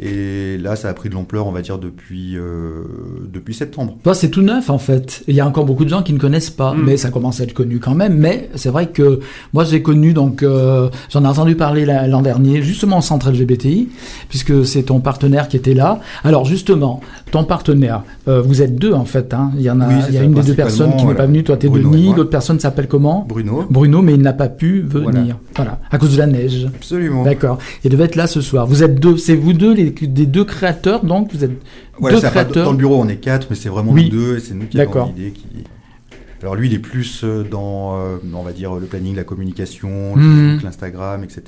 Speaker 5: Et là, ça a pris de l'ampleur, on va dire, depuis, euh, depuis septembre.
Speaker 2: Toi, c'est tout neuf en fait. Il y a encore beaucoup de gens qui ne connaissent pas,
Speaker 3: Mm.
Speaker 2: mais ça commence à être connu quand même. Mais c'est vrai que moi, j'ai connu, donc euh, j'en ai entendu parler la- l'an dernier, justement au centre LGBTI, puisque c'est ton partenaire qui était là. Alors justement, ton partenaire, euh, vous êtes deux en fait. Hein. Il y en a,
Speaker 5: Oui, c'est
Speaker 2: il y a
Speaker 5: ça,
Speaker 2: une des deux personnes qui n'est pas
Speaker 5: principalement, voilà.
Speaker 2: venue. Toi, t'es
Speaker 5: Bruno et
Speaker 2: Denis.
Speaker 5: moi.
Speaker 2: L'autre personne s'appelle comment
Speaker 5: Bruno,
Speaker 2: Bruno, mais il n'a pas pu venir.
Speaker 5: Voilà.
Speaker 2: Voilà, à cause de la neige.
Speaker 5: absolument.
Speaker 2: D'accord. Il devait être là ce soir. Vous êtes deux, c'est vous deux, les, des deux créateurs, donc vous êtes
Speaker 5: Voilà,
Speaker 2: deux
Speaker 5: ça part-
Speaker 2: créateurs.
Speaker 5: dans le bureau, on est quatre, mais c'est vraiment
Speaker 2: Oui.
Speaker 5: nous deux, et c'est nous qui
Speaker 2: D'accord.
Speaker 5: avons l'idée. Qui... Alors lui, il est plus euh, dans, euh, on va dire, le planning, la communication, le
Speaker 2: Mhm.
Speaker 5: Facebook, l'Instagram, etc.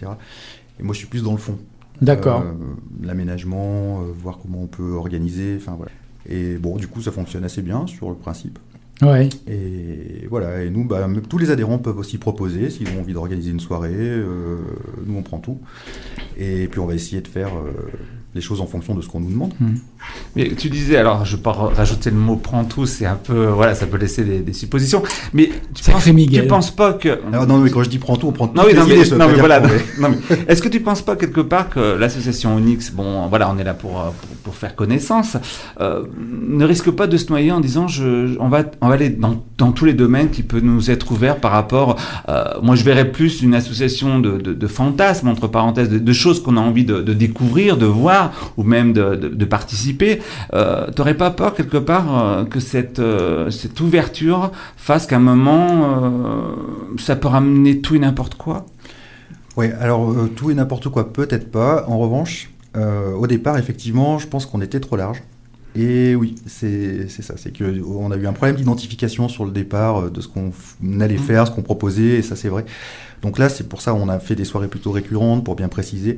Speaker 5: Et moi, je suis plus dans le fond.
Speaker 2: D'accord.
Speaker 5: Euh, L'aménagement, euh, voir comment on peut organiser, enfin voilà. Et bon, du coup, ça fonctionne assez bien sur le principe.
Speaker 2: Ouais.
Speaker 5: Et voilà, et nous, bah, tous les adhérents peuvent aussi proposer s'ils ont envie d'organiser une soirée. euh, nous, on prend tout. Et puis, on va essayer de faire euh, les choses en fonction de ce qu'on nous demande.
Speaker 3: Mais tu disais, alors je vais pas rajouter le mot prends tout, c'est un peu, voilà, ça peut laisser des, des suppositions. Mais tu
Speaker 2: Sacré
Speaker 3: penses,
Speaker 2: Miguel.
Speaker 3: tu penses pas que.
Speaker 5: Ah, non, mais quand je dis prends tout, on prend tout.
Speaker 3: Non, oui, non, mais, non, mais voilà. non, mais Est-ce que tu penses pas quelque part que l'association Onyx, bon, voilà, on est là pour, euh, pour, pour faire connaissance, euh, ne risque pas de se noyer en disant, je, je- on, va, on va aller dans, dans tous les domaines qui peut nous être ouverts par rapport. euh, moi, je verrais plus une association de, de, de fantasmes, entre parenthèses, de, de choses qu'on a envie de, de découvrir, de voir, ou même de, de, de participer. Euh, T'aurais pas peur quelque part euh, que cette, euh, cette ouverture fasse qu'à un moment, euh, ça peut ramener tout et n'importe quoi
Speaker 5: Oui, alors euh, tout et n'importe quoi, peut-être pas. En revanche, euh, au départ, effectivement, je pense qu'on était trop large. Et oui, c'est c'est ça. C'est que on a eu un problème d'identification sur le départ euh, de ce qu'on f-
Speaker 3: Mmh.
Speaker 5: allait faire, ce qu'on proposait, et ça c'est vrai. Donc là, c'est pour ça on a fait des soirées plutôt récurrentes pour bien préciser.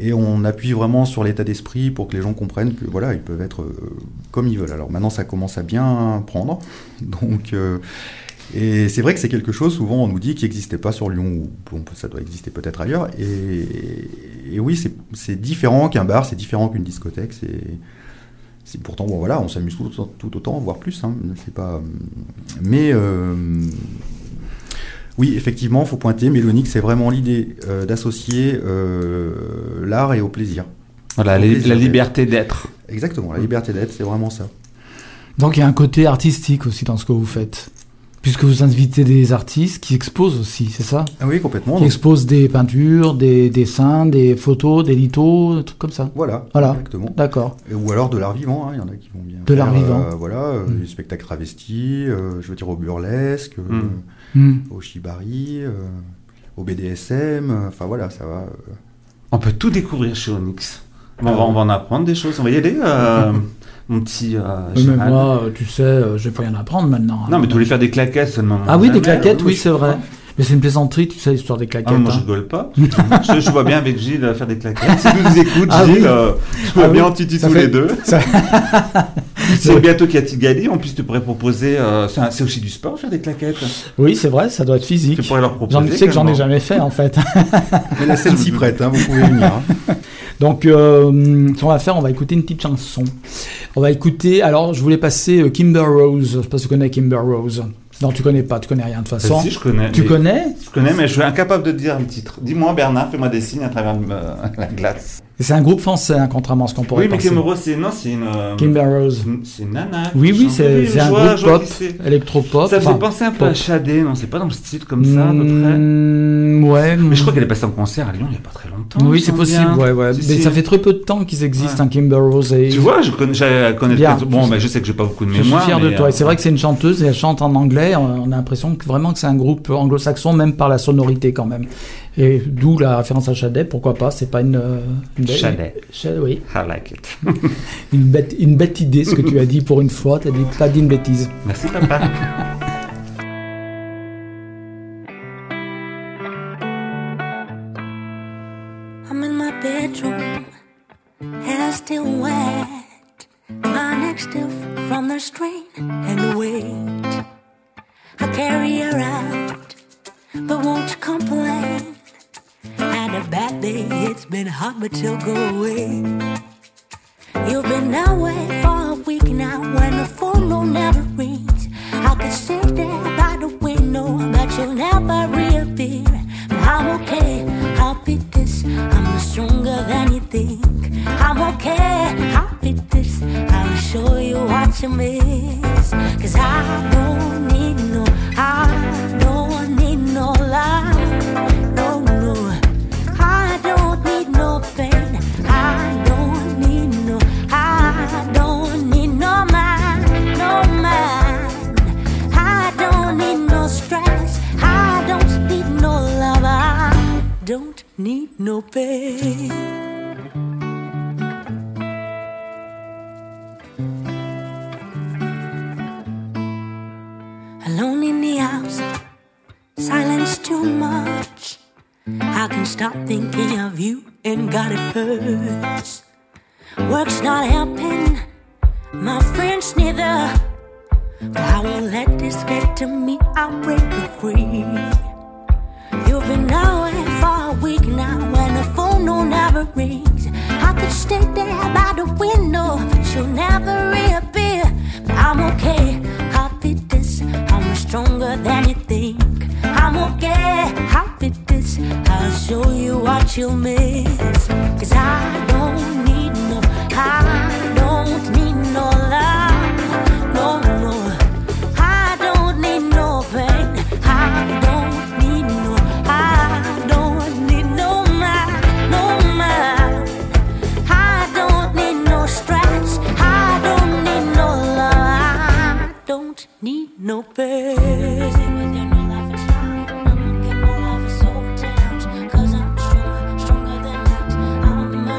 Speaker 5: Et on appuie vraiment sur l'état d'esprit pour que les gens comprennent que voilà, ils peuvent être euh, comme ils veulent. Alors maintenant, ça commence à bien prendre. Donc, euh, et c'est vrai que c'est quelque chose, souvent on nous dit, qui n'existait pas sur Lyon, ou bon, ça doit exister peut-être ailleurs. Et, et oui, c'est- c'est différent qu'un bar, c'est différent qu'une discothèque. C'est c'est pourtant, bon voilà, on s'amuse tout, autant- tout autant, voire plus. hein, c'est pas, mais euh, oui, effectivement, faut pointer, Mélonique, c'est vraiment l'idée euh, d'associer euh, l'art et au plaisir.
Speaker 3: Voilà,
Speaker 5: Au
Speaker 3: la,
Speaker 5: plaisir.
Speaker 3: la liberté d'être.
Speaker 5: Exactement,
Speaker 2: Mmh.
Speaker 5: la liberté d'être, c'est vraiment ça.
Speaker 2: Donc il y a un côté artistique aussi dans ce que vous faites. Puisque vous invitez des artistes qui exposent aussi, c'est ça
Speaker 5: Ah oui, complètement.
Speaker 2: Qui
Speaker 5: donc,
Speaker 2: exposent des peintures, des dessins, des photos, des lithos, des trucs comme ça.
Speaker 5: voilà,
Speaker 2: Voilà.
Speaker 5: exactement.
Speaker 2: D'accord.
Speaker 5: Et- Ou alors de l'art vivant, hein, il y en a qui vont bien.
Speaker 2: De l'art
Speaker 5: faire,
Speaker 2: vivant. Mm.
Speaker 5: euh, voilà, euh, les spectacles travestis, euh, je veux dire au burlesque, euh,
Speaker 3: Mm.
Speaker 2: Hmm.
Speaker 5: au shibari, euh, au BDSM, euh, enfin voilà, ça va. euh,
Speaker 3: On peut tout découvrir chez Onyx. Bon, on, va, on va en apprendre des choses. On va y aller, euh, mon petit euh,
Speaker 2: Mais
Speaker 3: Gérald.
Speaker 2: moi, euh, tu sais, euh, je vais pas rien apprendre maintenant. hein.
Speaker 3: Non, mais tu voulais faire des claquettes seulement.
Speaker 2: Ah oui, des
Speaker 3: Jamais.
Speaker 2: claquettes, oui,
Speaker 3: je-
Speaker 2: c'est vrai. Mais c'est une plaisanterie, tu sais, l'histoire des
Speaker 3: Ah,
Speaker 2: claquettes.
Speaker 3: moi, je
Speaker 2: hein.
Speaker 3: rigole pas. je, je vois bien avec Gilles euh, faire des claquettes. Si tu nous écoutes,
Speaker 2: Ah oui.
Speaker 3: Gilles, euh, je vois
Speaker 2: Ah
Speaker 3: bien
Speaker 2: oui.
Speaker 3: en Titi
Speaker 2: Ça
Speaker 3: tous
Speaker 2: fait-
Speaker 3: les deux.
Speaker 2: ça-
Speaker 3: c'est bientôt qu'il y a Tigali, on puisse te proposer. euh, c'est un- c'est aussi du sport, faire des claquettes.
Speaker 2: Oui, c'est vrai, ça doit être
Speaker 3: Tu
Speaker 2: physique.
Speaker 3: pourrais leur
Speaker 2: J'en
Speaker 3: proposer.
Speaker 2: tu sais que j'en ai
Speaker 3: également.
Speaker 2: jamais fait en fait.
Speaker 5: Mais la scène s'y prête, hein, vous pouvez venir. hein.
Speaker 2: Donc, euh, ce qu'on va faire, on va écouter une petite chanson. On va écouter. Alors, je voulais passer euh, Kimber Rose. Je sais pas si tu connais Kimber Rose. Non, tu connais pas, tu connais rien de toute
Speaker 3: Euh,
Speaker 2: façon.
Speaker 3: si, je connais.
Speaker 2: tu
Speaker 3: mais-
Speaker 2: connais
Speaker 3: Je connais, mais je suis incapable de dire le titre. Dis-moi, Bernard, fais-moi des signes à travers euh, la glace.
Speaker 2: C'est un groupe français, hein, contrairement à ce qu'on pourrait
Speaker 3: oui, mais
Speaker 2: penser.
Speaker 3: Kimber Rose, c'est. Non, c'est une. euh,
Speaker 2: Kimber Rose.
Speaker 3: c'est une- C'est une nana. qui
Speaker 2: Oui, oui,
Speaker 3: chante.
Speaker 2: c'est c'est
Speaker 3: je
Speaker 2: un
Speaker 3: vois-
Speaker 2: groupe
Speaker 3: je vois
Speaker 2: pop,
Speaker 3: qui c'est.
Speaker 2: électropop.
Speaker 3: Ça fait
Speaker 2: enfin,
Speaker 3: penser un peu
Speaker 2: pop.
Speaker 3: à Shadé, non C'est pas dans le style comme ça, à peu près.
Speaker 2: Mm, ouais.
Speaker 3: Mais je crois qu'elle est passée en concert à Lyon il y a pas très longtemps. il
Speaker 2: Oui,
Speaker 3: me
Speaker 2: c'est
Speaker 3: semble
Speaker 2: possible.
Speaker 3: bien.
Speaker 2: Ouais, ouais.
Speaker 3: Si,
Speaker 2: mais
Speaker 3: si.
Speaker 2: ça fait très peu de temps qu'ils existent,
Speaker 3: Ouais.
Speaker 2: hein, Kimber Rose. Et
Speaker 3: Tu vois, je connais, je connais
Speaker 2: Bien.
Speaker 3: peut-être- Bon, mais je sais que j'ai pas beaucoup de
Speaker 2: Je suis
Speaker 3: mémoire.
Speaker 2: fier de
Speaker 3: mais,
Speaker 2: toi.
Speaker 3: euh,
Speaker 2: Et c'est vrai que c'est une chanteuse et elle chante en anglais. Euh, On a l'impression que vraiment que c'est un groupe anglo-saxon, même par la sonorité quand même. Et d'où la référence à Chadet, pourquoi pas C'est pas une. euh, une belle-
Speaker 3: Chadet.
Speaker 2: Chadet, oui.
Speaker 3: I like it.
Speaker 2: Une bête, une bête idée, ce que tu as dit pour une fois. Tu n'as pas dit une bêtise.
Speaker 3: Merci, papa.
Speaker 6: I'm in my bedroom, hair still wet, my neck stiff from the strain and the weight. I carry her out, but won't complain. Had a bad day, it's been hot, but she'll go away. You've been away for a week now when the phone no never rings. I could sit there by the window, but you'll never reappear. But I'm okay, I'll beat this. I'm stronger than you think. I'm okay, I'll beat this. I'll show you what you miss. Cause I don't need no, I don't need no love. No, no. I don't need no pain. I don't need no. I don't need no mind, no mind. I don't need no stress. I don't need no love. I don't need no pain. Alone in the house, silence too much. I can stop thinking of you and God it hurts. Work's not helping, my friends neither. But I won't let this get to me, I'll break you free. You've been away for a week now, and the phone don't ever rings. I could stay there by the window, she'll never reappear. But I'm okay, I'll beat this. I'm stronger than you think. I'm okay, I'll beat this. I'll show you what you'll miss. Cause I don't need no, I don't need no love, no, no. I don't need no pain. I don't need no. I don't need no mind, no mind. I don't need no stress. I don't need no love. I don't need no pain. Cause I'm stronger, stronger than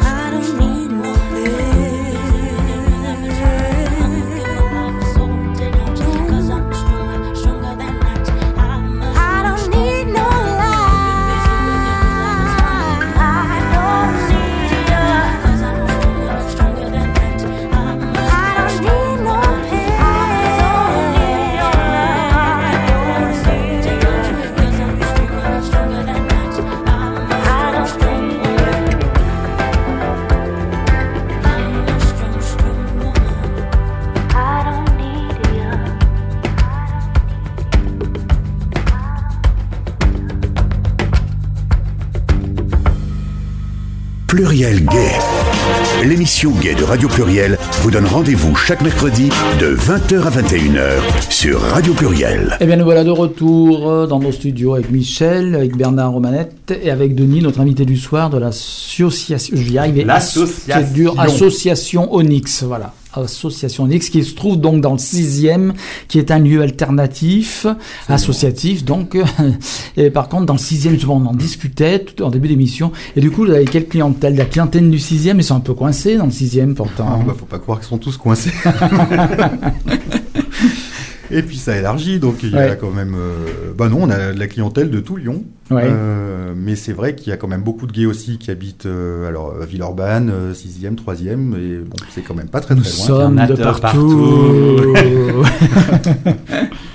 Speaker 1: Pluriel Gay. L'émission Gay de Radio Pluriel vous donne rendez-vous chaque mercredi de 20h à 21h sur Radio Pluriel.
Speaker 2: Eh bien, nous voilà de retour euh, dans nos studios avec Michel, avec Bernard Romanette et avec Denis, notre invité du soir de l'association. Je vais y arriver.
Speaker 3: L'association.
Speaker 2: C'est dur. Association Onyx. Voilà. Association Onyx qui se trouve donc dans le sixième, qui est un lieu alternatif, associatif. Donc, euh, et par contre, dans le sixième, justement, on en discutait tout en début d'émission. Et du coup, vous avez quelle clientèle La clientèle du sixième, ils sont un peu coincés dans le sixième pourtant.
Speaker 5: Ah, bah, faut pas croire qu'ils sont tous coincés. Et puis ça élargit, donc il y a
Speaker 2: Ouais.
Speaker 5: quand même. euh, bah non, on a de la clientèle de tout Lyon.
Speaker 2: Ouais.
Speaker 5: Euh, mais c'est vrai qu'il y a quand même beaucoup de gays aussi qui habitent euh, alors, à Villeurbanne, euh, 6e, 3e, et bon, c'est quand même pas très
Speaker 2: Nous
Speaker 5: très loin.
Speaker 2: sommes de
Speaker 3: Internateur
Speaker 2: partout.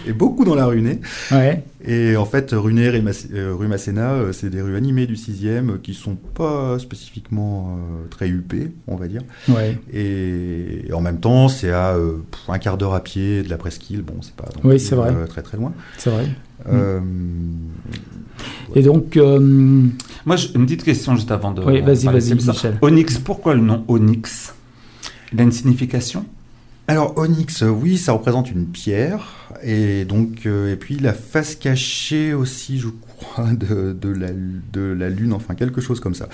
Speaker 5: Et beaucoup dans la Runée.
Speaker 2: ouais.
Speaker 5: Et en fait, Runer et Mass- euh, rue Masséna, euh, c'est des rues animées du 6e euh, qui sont pas spécifiquement euh, très huppées, on va dire.
Speaker 2: Ouais.
Speaker 5: Et, et en même temps, c'est à euh, pff, un quart d'heure à pied de la presqu'île. Bon, c'est pas non
Speaker 2: Oui,
Speaker 5: plus,
Speaker 2: c'est vrai. Mm.
Speaker 5: euh, très très loin.
Speaker 2: C'est vrai.
Speaker 5: Euh,
Speaker 2: Et donc, euh,
Speaker 3: Moi, j'ai une petite question juste avant de.
Speaker 2: Oui, vas-y,
Speaker 3: parler de
Speaker 2: vas-y,
Speaker 3: ça.
Speaker 2: Michel.
Speaker 3: Onyx, pourquoi le nom Onyx Il a une signification
Speaker 5: alors onyx, euh, oui, ça représente une pierre, et donc euh, et puis la face cachée aussi, je crois, de, de la, de la lune, enfin quelque chose comme ça.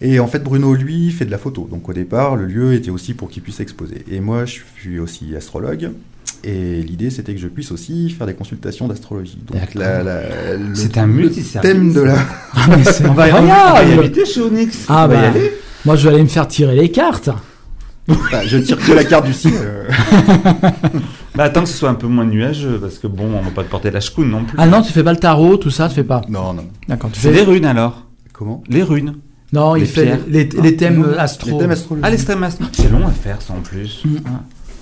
Speaker 5: Et en fait, Bruno, lui, fait de la photo. Donc au départ, le lieu était aussi pour qu'il puisse exposer. Et moi, je suis aussi astrologue. Et l'idée, c'était que je puisse aussi faire des consultations d'astrologie. Donc
Speaker 3: D'accord.
Speaker 5: la- la- le
Speaker 3: C'est un multiservice.
Speaker 5: thème de la, Ah,
Speaker 3: On va y, on va y
Speaker 2: Incroyable.
Speaker 3: habiter chez Onyx.
Speaker 2: ah
Speaker 3: On va y
Speaker 2: bah,
Speaker 3: aller.
Speaker 2: moi je vais aller me faire tirer les cartes.
Speaker 5: Bah, je tire que la carte du ciel. euh.
Speaker 3: Bah, attends que ce soit un peu moins nuageux, parce que bon, on va pas te porter la chkoun non plus.
Speaker 2: Ah non, tu fais pas le tarot, tout ça, tu fais pas.
Speaker 5: Non, non.
Speaker 2: D'accord, tu
Speaker 3: C'est
Speaker 2: fais.
Speaker 3: les runes alors
Speaker 5: Comment
Speaker 3: Les runes.
Speaker 2: Non,
Speaker 3: les
Speaker 2: il fait
Speaker 3: pierres.
Speaker 2: les, les thèmes astro.
Speaker 5: Les thèmes astrologiques.
Speaker 3: Ah, l'extrême astro- C'est long à faire, ça en plus. Ah.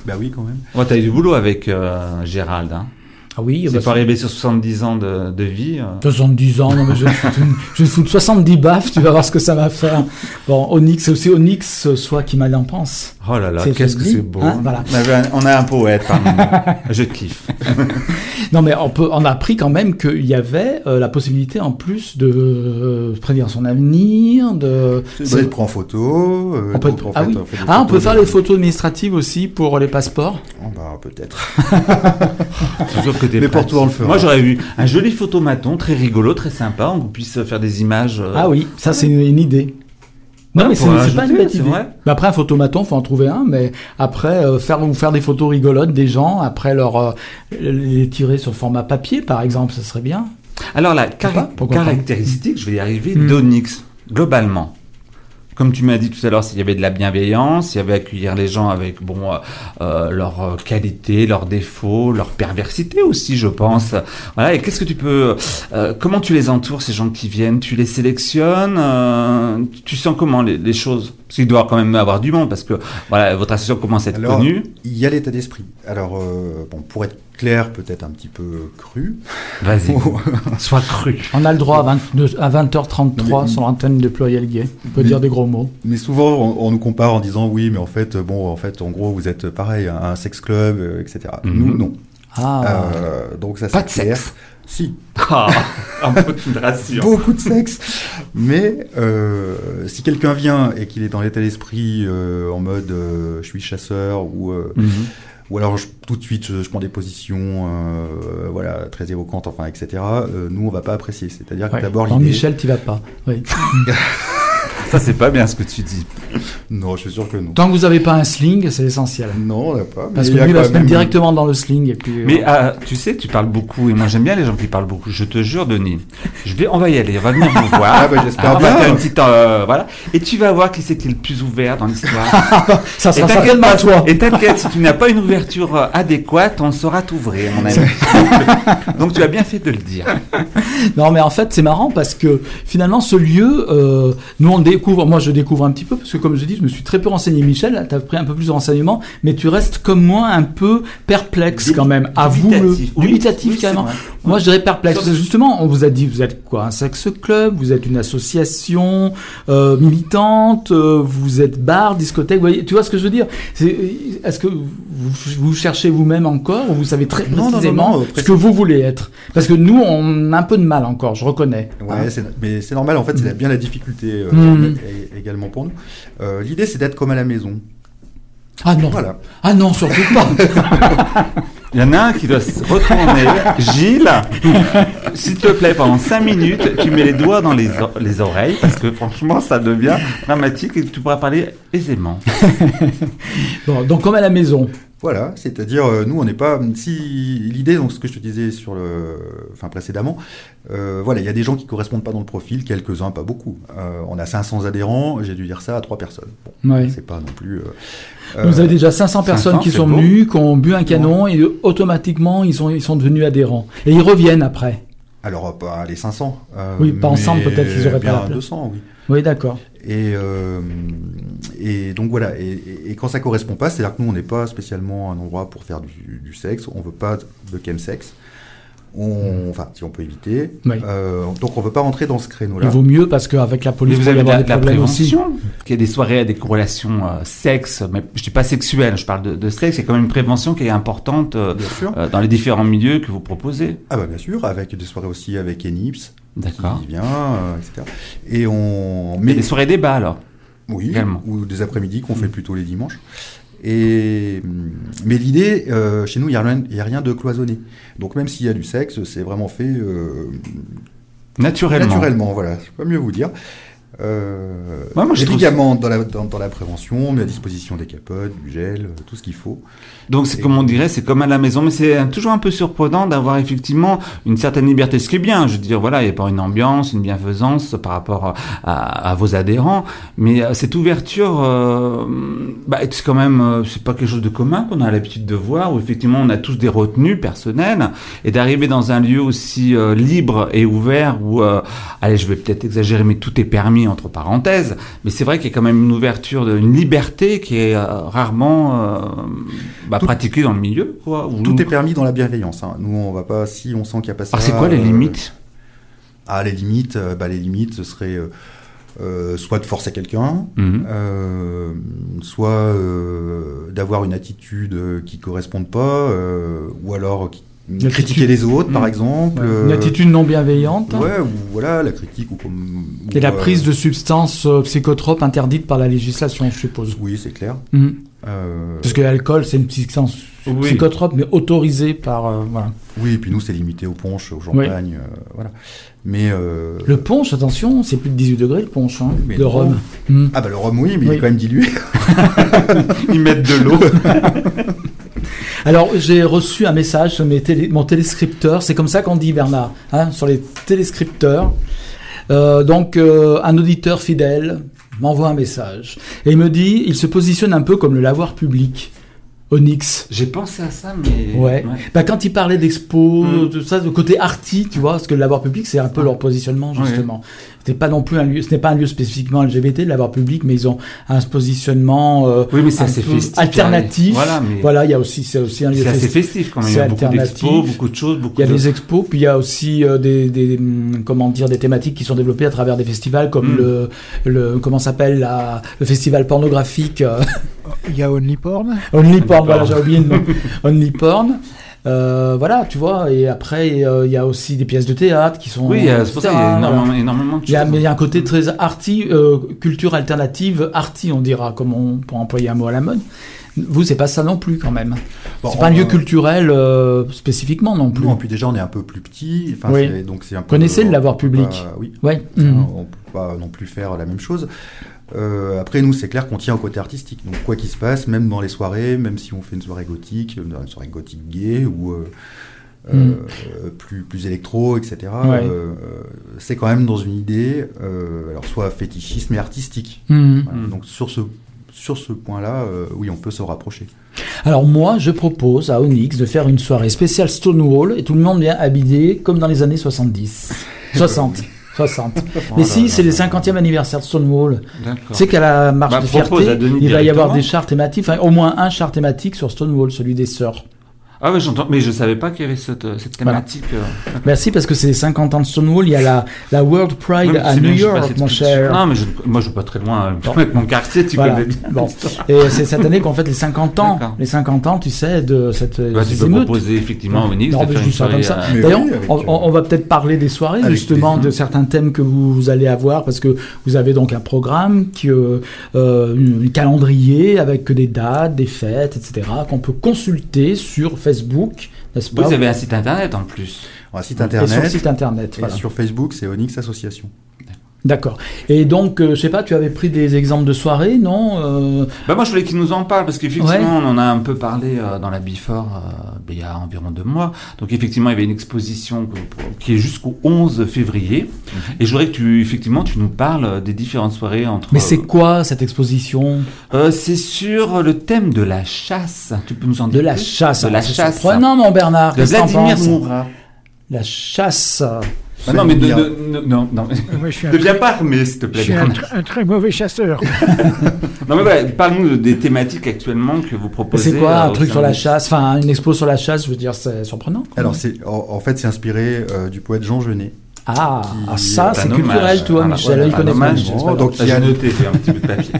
Speaker 5: Bah oui, quand même.
Speaker 3: Ouais, t'as eu du boulot avec euh, Gérald. Hein.
Speaker 2: Ah oui, bah,
Speaker 3: C'est pas arrivé sur 70 ans de, de vie. euh.
Speaker 2: 70 ans, non mais je vais te foutre une- je vais te foutre 70 baffes, tu vas voir ce que ça va faire. Bon, Onyx, c'est aussi Onyx, euh, soit qui mal en pense.
Speaker 3: Oh là là,
Speaker 2: C'est
Speaker 3: qu'est-ce que
Speaker 2: joli,
Speaker 3: c'est Ah, beau.
Speaker 2: hein, voilà.
Speaker 3: on, avait un, on a un poète parmi nous. Je kiffe.
Speaker 2: Non mais on, peut, on a appris quand même qu'il y avait euh, la possibilité en plus de euh, prédire son avenir, de...
Speaker 5: Bah, il prend en photo. euh,
Speaker 2: On peut
Speaker 5: donc,
Speaker 2: être-
Speaker 5: en
Speaker 2: ah
Speaker 5: fait,
Speaker 2: oui.
Speaker 5: on fait des
Speaker 2: Ah, on
Speaker 5: photos
Speaker 2: peut faire
Speaker 5: de-
Speaker 2: les photos administratives aussi pour les passeports.
Speaker 5: Oh, bah, peut-être.
Speaker 3: Sauf que t'es
Speaker 5: Mais pour
Speaker 3: pratique.
Speaker 5: toi, on le fera.
Speaker 3: Moi, j'aurais vu un joli photomaton, très rigolo, très sympa, où on puisse faire des images. euh,
Speaker 2: Ah oui, ça c'est une, une idée. Non
Speaker 3: Ouais,
Speaker 2: mais
Speaker 3: pour
Speaker 2: c'est
Speaker 3: un
Speaker 2: c'est pas
Speaker 3: jeter,
Speaker 2: une bête
Speaker 3: c'est
Speaker 2: idée.
Speaker 3: vrai.
Speaker 2: Mais après un photomaton, faut en trouver un. Mais après euh, faire vous faire des photos rigolotes des gens, après leur euh, les tirer sur format papier par exemple, ce serait bien.
Speaker 3: Alors, la cari-
Speaker 2: pas, pourquoi pas.
Speaker 3: caractéristique, je vais y arriver,
Speaker 2: Hmm.
Speaker 3: d'Onyx, globalement. Comme tu m'as dit tout à l'heure, s'il y avait de la bienveillance, il y avait accueillir les gens avec bon euh, euh, leurs euh, qualités, leurs défauts, leurs perversités aussi, je pense. Voilà. Et qu'est-ce que tu peux, euh, comment tu les entoures ces gens qui viennent Tu les sélectionnes euh, Tu sens comment les, les choses Parce qu'il doit quand même avoir du monde, parce que voilà, votre association commence à être
Speaker 5: Alors,
Speaker 3: connue.
Speaker 5: il y a l'état d'esprit. Alors, euh, bon, pour être clair, peut-être un petit peu cru.
Speaker 3: Vas-y,
Speaker 5: Oh.
Speaker 3: sois cru.
Speaker 2: On a le droit à, 22, à 20h33 sur l'antenne de Pluriel Gay. On peut
Speaker 5: Mais-
Speaker 2: dire des gros mots.
Speaker 5: Mais souvent, on, on nous compare en disant oui, mais en fait, bon, en fait, en gros, vous êtes pareil, un, un sex club, euh, etc.
Speaker 3: Mhm.
Speaker 5: Nous, non.
Speaker 2: Ah,
Speaker 5: Euh, donc ça,
Speaker 3: Pas
Speaker 5: c'est
Speaker 3: de
Speaker 5: clair.
Speaker 3: sexe.
Speaker 5: Si,
Speaker 3: Ah, un peu tu me rassures.
Speaker 5: beaucoup de sexe. Mais euh, si quelqu'un vient et qu'il est dans l'état d'esprit euh, en mode euh, je suis chasseur ou euh,
Speaker 3: Mhm.
Speaker 5: ou alors je- tout de suite je, je prends des positions euh, voilà très évocantes enfin etc. euh, nous on va pas apprécier. C'est-à-dire que
Speaker 2: ouais.
Speaker 5: Ah, d'abord
Speaker 2: Non,
Speaker 5: l'idée-
Speaker 2: Michel, t'y vas pas. Oui.
Speaker 3: Ça, c'est pas bien ce que tu dis.
Speaker 5: Non, je suis sûr que non.
Speaker 2: Tant que vous avez pas un sling, c'est l'essentiel.
Speaker 5: Non, on l'a pas. mais
Speaker 2: Parce
Speaker 5: il
Speaker 2: que
Speaker 5: y a
Speaker 2: lui, il va
Speaker 5: quand
Speaker 2: se mettre
Speaker 5: même-
Speaker 2: directement dans le sling et puis. euh,
Speaker 3: Mais euh, tu sais, tu parles beaucoup, et moi j'aime bien les gens qui parlent beaucoup. Je te jure, Denis, je vais, on va y aller, on va venir vous voir.
Speaker 5: Ah bah, j'espère
Speaker 3: On va
Speaker 5: bien.
Speaker 3: faire une petite, euh, voilà. Et tu vas voir qui c'est qui est le plus ouvert dans l'histoire.
Speaker 2: ça sera
Speaker 3: et t'inquiète
Speaker 2: certainement
Speaker 3: pas,
Speaker 2: toi.
Speaker 3: Et t'inquiète, si tu n'as pas une ouverture euh, adéquate, on saura t'ouvrir, mon ami. Donc tu as bien fait de le dire.
Speaker 2: Non, mais en fait, c'est marrant parce que finalement, ce lieu, euh, nous on le découvre, moi je le découvre un petit peu parce que comme je dis, je me suis très peu renseigné, Michel. T'as pris un peu plus de renseignements, mais tu restes comme moi un peu perplexe quand même. À vous,
Speaker 3: Dubitatif. Oui,
Speaker 2: dubitatif
Speaker 3: oui, c'est
Speaker 2: carrément.
Speaker 3: vrai.
Speaker 2: Moi, je dirais perplexe.
Speaker 3: Surtout-
Speaker 2: Justement, on vous a dit, vous êtes quoi, un sexe club, vous êtes une association euh, militante, euh, vous êtes bar, discothèque. vous voyez, tu vois ce que je veux dire C'est- Est-ce que vous, vous cherchez vous-même encore ou vous savez très
Speaker 5: Non, non, non,
Speaker 2: précisément
Speaker 5: non,
Speaker 2: ce que vous voulez être Parce que nous, on a un peu de mal encore, je reconnais. Hein?
Speaker 5: Ouais, c'est- mais c'est normal en fait, c'est la- bien la difficulté euh,
Speaker 2: Mhm. Ah. Mhm.
Speaker 5: et également pour nous. Euh, L'idée, c'est d'être comme à la maison.
Speaker 2: Ah non.
Speaker 5: Voilà.
Speaker 2: Ah non, surtout pas.
Speaker 3: Il y en a un qui doit se retourner. Gilles, s'il te plaît, pendant 5 minutes, tu mets les doigts dans les, o- les oreilles parce que franchement, ça devient dramatique et tu pourras parler aisément.
Speaker 2: Bon, donc comme à la maison.
Speaker 5: Voilà, c'est-à-dire, euh, nous, on n'est pas. Si l'idée, donc ce que je te disais sur le, enfin précédemment, euh, voilà, il y a des gens qui correspondent pas dans le profil, quelques-uns, pas beaucoup. Euh, on a 500 adhérents, j'ai dû dire ça à trois personnes. Bon,
Speaker 2: Ouais.
Speaker 5: c'est pas non plus. euh,
Speaker 2: Vous
Speaker 5: euh,
Speaker 2: avez déjà 500 personnes
Speaker 3: 500,
Speaker 2: qui
Speaker 3: c'est
Speaker 2: sont
Speaker 3: beau.
Speaker 2: venues, qui ont bu un canon et automatiquement ils sont, ils sont devenus adhérents. Et ils reviennent après.
Speaker 5: Alors, pas hein, les 500. euh,
Speaker 2: Oui, pas ensemble,
Speaker 5: mais
Speaker 2: peut-être qu'ils auraient pas
Speaker 5: bien
Speaker 2: la place.
Speaker 5: 200, oui.
Speaker 2: Oui, d'accord.
Speaker 5: Et, euh, et donc voilà, et, et- et quand ça correspond pas, c'est-à-dire que nous, on n'est pas spécialement un endroit pour faire du, du sexe, on veut pas de chemsex.
Speaker 3: Hmm.
Speaker 5: On, enfin, si on peut éviter.
Speaker 2: Oui.
Speaker 5: Euh, donc on veut pas rentrer dans ce créneau-là.
Speaker 2: Il vaut mieux parce qu'avec la
Speaker 3: Mais
Speaker 2: police, il
Speaker 3: vous
Speaker 2: va y
Speaker 3: avez de
Speaker 2: avoir
Speaker 3: la,
Speaker 2: des
Speaker 3: de la
Speaker 2: problèmes aussi.
Speaker 3: prévention Qu'il y ait des soirées, à des corrélations euh, sexe, mais je dis pas sexuelle, je parle de, de sexe, c'est quand même une prévention qui est importante euh,
Speaker 5: Bien sûr.
Speaker 3: euh, dans les différents milieux que vous proposez.
Speaker 5: Ah bah bien sûr, avec des soirées aussi avec Enips
Speaker 3: D'accord.
Speaker 5: qui vient, euh, etc. Et on
Speaker 3: Mais
Speaker 5: met
Speaker 3: des soirées débats alors
Speaker 5: Oui,
Speaker 3: Également. Hmm.
Speaker 5: ou des après-midi qu'on fait plutôt les dimanches. Et, mais l'idée, euh, chez nous, il n'y a, rien- il y a rien de cloisonné. Donc même s'il y a du sexe, c'est vraiment fait euh,
Speaker 3: Naturellement.
Speaker 5: naturellement, voilà, je peux mieux vous dire. Euh,
Speaker 3: Ouais, moi, je trouve
Speaker 5: évidemment, dans la, dans, dans la prévention, mais à disposition des capotes, du gel, euh, tout ce qu'il faut.
Speaker 3: Donc c'est comme on dirait, c'est comme à la maison, mais c'est euh, toujours un peu surprenant d'avoir effectivement une certaine liberté, ce qui est bien. Je veux dire, voilà, il n'y a pas une ambiance, une bienfaisance par rapport euh, à, à vos adhérents, mais euh, cette ouverture, euh, bah, c'est quand même, euh, c'est pas quelque chose de commun qu'on a l'habitude de voir, où effectivement on a tous des retenues personnelles, et d'arriver dans un lieu aussi euh, libre et ouvert, où, euh, allez, je vais peut-être exagérer, mais tout est permis entre parenthèses, mais c'est vrai qu'il y a quand même une ouverture, de- une liberté qui est euh, rarement euh, bah,
Speaker 5: Tout-
Speaker 3: pratiquée dans le milieu. Quoi, où-
Speaker 5: Tout est permis dans la bienveillance. hein. Nous, on va pas, si on sent qu'il n'y a pas ça...
Speaker 3: Alors Ah, c'est quoi les
Speaker 5: euh,
Speaker 3: limites
Speaker 5: Ah, les limites, euh, bah, les limites, ce serait euh, euh, soit de forcer quelqu'un,
Speaker 3: Mhm.
Speaker 5: euh, soit euh, d'avoir une attitude euh, qui corresponde pas, euh, ou alors qui-
Speaker 2: Une
Speaker 5: critiquer
Speaker 2: attitude.
Speaker 5: les autres, par
Speaker 3: Mhm.
Speaker 5: exemple.
Speaker 2: Une
Speaker 5: euh,
Speaker 2: attitude non bienveillante. hein.
Speaker 5: Ouais, ou voilà, la critique ou comme.
Speaker 2: Et
Speaker 5: ou,
Speaker 2: la
Speaker 5: euh,
Speaker 2: prise de substances euh, psychotropes interdites par la législation, je suppose.
Speaker 5: Oui, c'est clair.
Speaker 2: Mhm.
Speaker 5: Euh,
Speaker 2: Parce que l'alcool, c'est une substance
Speaker 3: Mm. Oui.
Speaker 2: psychotrope, mais autorisée par. euh, voilà.
Speaker 5: Oui, et puis nous, c'est limité au punch, au champagne, euh, voilà. Mais. euh,
Speaker 2: Le punch, attention, c'est plus de 18 degrés le punch hein,
Speaker 5: Mais
Speaker 2: de
Speaker 5: non.
Speaker 2: rhum. Mhm.
Speaker 5: Ah, bah le rhum, oui, mais il
Speaker 2: Oui.
Speaker 5: est quand même dilué.
Speaker 3: Ils mettent de l'eau.
Speaker 2: Alors, j'ai reçu un message sur mes télé- mon téléscripteur. C'est comme ça qu'on dit, Bernard, hein, sur les téléscripteurs. Euh, donc, euh, un auditeur fidèle m'envoie un message. Et il me dit, il se positionne un peu comme le lavoir public, Onyx.
Speaker 3: J'ai pensé à ça, mais...
Speaker 2: Ouais. Bah, quand il parlait d'expo,
Speaker 3: Mm.
Speaker 2: tout ça, de côté arty, tu vois, parce que le lavoir public, c'est un peu leur positionnement,
Speaker 3: Ouais.
Speaker 2: justement. C'était pas non plus un lieu, ce n'est pas un lieu spécifiquement LGBT, le lavoir public, mais ils ont un positionnement euh,
Speaker 3: Oui, mais c'est
Speaker 2: un
Speaker 3: assez
Speaker 2: peu
Speaker 3: festif.
Speaker 2: alternatif.
Speaker 3: Voilà, mais
Speaker 2: Voilà, il y a aussi, c'est aussi un lieu
Speaker 3: c'est assez
Speaker 2: festif.
Speaker 3: festif quand même. Il y
Speaker 2: c'est
Speaker 3: a beaucoup
Speaker 2: alternatif.
Speaker 3: d'expos, beaucoup de choses, beaucoup
Speaker 2: Il y a
Speaker 3: de...
Speaker 2: des expos, puis il y a aussi euh, des, des, hum, comment dire des thématiques qui sont développées à travers des festivals comme
Speaker 3: Mm.
Speaker 2: le le comment s'appelle la- le festival pornographique euh,
Speaker 4: Il y a Only Porn.
Speaker 2: Only Porn, voilà
Speaker 3: Porn.
Speaker 2: j'ai oublié le nom Only Porn. Euh, voilà, tu vois, et après euh, il y a aussi des pièces de théâtre qui sont
Speaker 3: Oui, il y a- c'est pour ça qu'il y a
Speaker 2: etc.,
Speaker 3: énormément,
Speaker 2: voilà.
Speaker 3: énormément de
Speaker 2: Il y, a,
Speaker 3: choses.
Speaker 2: mais il y a un côté très arty, euh, culture alternative, arty on dira, comme on, pour employer un mot à la mode. Vous, c'est pas ça non plus quand même.
Speaker 5: Bon,
Speaker 2: c'est pas un lieu
Speaker 5: euh,
Speaker 2: culturel euh, spécifiquement non plus.
Speaker 5: Non, puis déjà, on est un peu plus petit. Enfin,
Speaker 2: Oui.
Speaker 5: c'est- donc c'est un peu-
Speaker 2: Connaissez le lavoir
Speaker 5: on peut
Speaker 2: public.
Speaker 5: pas- Oui.
Speaker 2: Ouais.
Speaker 5: Hein,
Speaker 2: Mhm.
Speaker 5: On ne peut pas non plus faire la même chose. Euh, après, nous, c'est clair qu'on tient au côté artistique. Donc, quoi qu'il se passe, même dans les soirées, même si on fait une soirée gothique, euh, une soirée gothique gay ou euh,
Speaker 2: Mm.
Speaker 5: euh, plus, plus électro, etc.,
Speaker 2: Ouais.
Speaker 5: euh, c'est quand même dans une idée, euh, alors soit fétichiste, mais artistique.
Speaker 2: Mhm.
Speaker 5: Voilà.
Speaker 3: Mm.
Speaker 5: Donc, sur ce, sur ce point-là, euh, oui, on peut se rapprocher.
Speaker 2: Alors moi, je propose à Onyx de faire une soirée spéciale Stonewall et tout le monde vient habillé comme dans les années 70. 60. 60. Mais
Speaker 5: Oh là
Speaker 2: si,
Speaker 5: là
Speaker 2: c'est
Speaker 5: là
Speaker 2: les
Speaker 5: là.
Speaker 2: 50e anniversaire de Stonewall. Tu
Speaker 3: D'accord.
Speaker 2: sais qu'à la marche
Speaker 3: Bah,
Speaker 2: des
Speaker 3: propose
Speaker 2: fiertés,
Speaker 3: à Denis
Speaker 2: il va y avoir
Speaker 3: directement.
Speaker 2: des chars thématiques, enfin au moins un char thématique sur Stonewall, celui des sœurs.
Speaker 3: Ah ouais, j'entends, mais je savais pas qu'il y avait cette, cette thématique. euh.
Speaker 2: Merci parce que c'est les 50 ans de Stonewall, il y a la, la World Pride
Speaker 3: Ouais, mais
Speaker 2: à
Speaker 3: c'est bien
Speaker 2: New
Speaker 3: que j'ai pas
Speaker 2: York,
Speaker 3: cette
Speaker 2: mon
Speaker 3: culture.
Speaker 2: cher.
Speaker 3: Non, mais je, moi je vais pas très loin euh, avec mon quartier, Ah, tu
Speaker 2: Voilà.
Speaker 3: connais bien.
Speaker 2: Bon. Et c'est cette année qu'on fête les 50 ans.
Speaker 3: D'accord.
Speaker 2: Les 50 ans, tu sais, de cette.
Speaker 3: Bah, tu
Speaker 2: ces
Speaker 3: peux
Speaker 2: émeutes.
Speaker 3: proposer effectivement au ministre
Speaker 2: Non,
Speaker 3: de
Speaker 2: mais
Speaker 3: faire
Speaker 2: je
Speaker 3: une
Speaker 2: dis ça
Speaker 3: soirée.
Speaker 2: comme ça.
Speaker 3: euh,
Speaker 5: Mais
Speaker 2: D'ailleurs,
Speaker 5: oui, avec,
Speaker 2: on,
Speaker 5: euh,
Speaker 2: on- on va peut-être parler des soirées,
Speaker 5: avec
Speaker 2: justement,
Speaker 5: plaisir.
Speaker 2: de certains thèmes que vous, vous allez avoir, parce que vous avez donc un programme, qui, euh, euh, une- un calendrier avec des dates, des fêtes, etc., qu'on peut consulter sur Facebook, n'est-ce pas
Speaker 3: Vous avez un site internet en plus.
Speaker 5: Un site
Speaker 2: Et sur le
Speaker 5: internet.
Speaker 2: site internet.
Speaker 5: et
Speaker 2: voilà. Mhm.
Speaker 5: sur Facebook, c'est Onyx Association.
Speaker 2: D'accord. Et donc, euh, je sais pas, tu avais pris des exemples de soirées, non Euh,
Speaker 3: Bah moi je voulais qu'il nous en parle parce qu'effectivement on en a un peu parlé euh, dans la Before euh, il y a environ deux mois. Donc effectivement il y avait une exposition que- qui est jusqu'au 11 février
Speaker 2: Mhm.
Speaker 3: et je voudrais que tu effectivement tu nous parles euh, des différentes soirées entre.
Speaker 2: Mais c'est quoi cette exposition
Speaker 3: Euh, c'est sur le thème de la chasse. Tu peux nous en
Speaker 2: De
Speaker 3: dire
Speaker 2: la
Speaker 3: plus
Speaker 2: chasse. hein,
Speaker 3: De la
Speaker 2: C'est
Speaker 3: chasse.
Speaker 2: surprenant, mon Bernard.
Speaker 3: De
Speaker 2: Qu'est-ce que t'en
Speaker 3: Vladimir
Speaker 2: penses
Speaker 3: Moura.
Speaker 2: La chasse.
Speaker 3: Bah non mais de,
Speaker 5: Vladimir.
Speaker 3: de- de- non non.
Speaker 4: Moi, je suis un,
Speaker 3: Deviens pas armé s'il te
Speaker 4: je
Speaker 3: plaît.
Speaker 4: suis un
Speaker 3: Bernard.
Speaker 4: tr- un très mauvais chasseur.
Speaker 3: Non mais voilà, parle-nous des thématiques actuellement que vous proposez.
Speaker 2: C'est quoi
Speaker 3: euh,
Speaker 2: un
Speaker 3: au
Speaker 2: truc
Speaker 3: sein
Speaker 2: sur la
Speaker 3: du-
Speaker 2: chasse Enfin, une expo sur la chasse, je veux dire, c'est surprenant. quoi.
Speaker 5: Alors, c'est, en, en fait, c'est inspiré euh, du poète Jean Genet.
Speaker 2: ah,
Speaker 5: qui-
Speaker 2: ah, ça,
Speaker 3: C'est
Speaker 2: c'est
Speaker 3: un hommage.
Speaker 2: culturel, tu vois,
Speaker 3: Voilà,
Speaker 2: Michel.
Speaker 5: voilà,
Speaker 2: il
Speaker 5: un
Speaker 2: connaît pas,
Speaker 5: hommage,
Speaker 2: Michel, c'est
Speaker 5: bon,
Speaker 2: pas
Speaker 5: donc-
Speaker 2: grave.
Speaker 3: Ah,
Speaker 5: Il y a-
Speaker 3: J'ai noté, j'ai un petit bout de papier.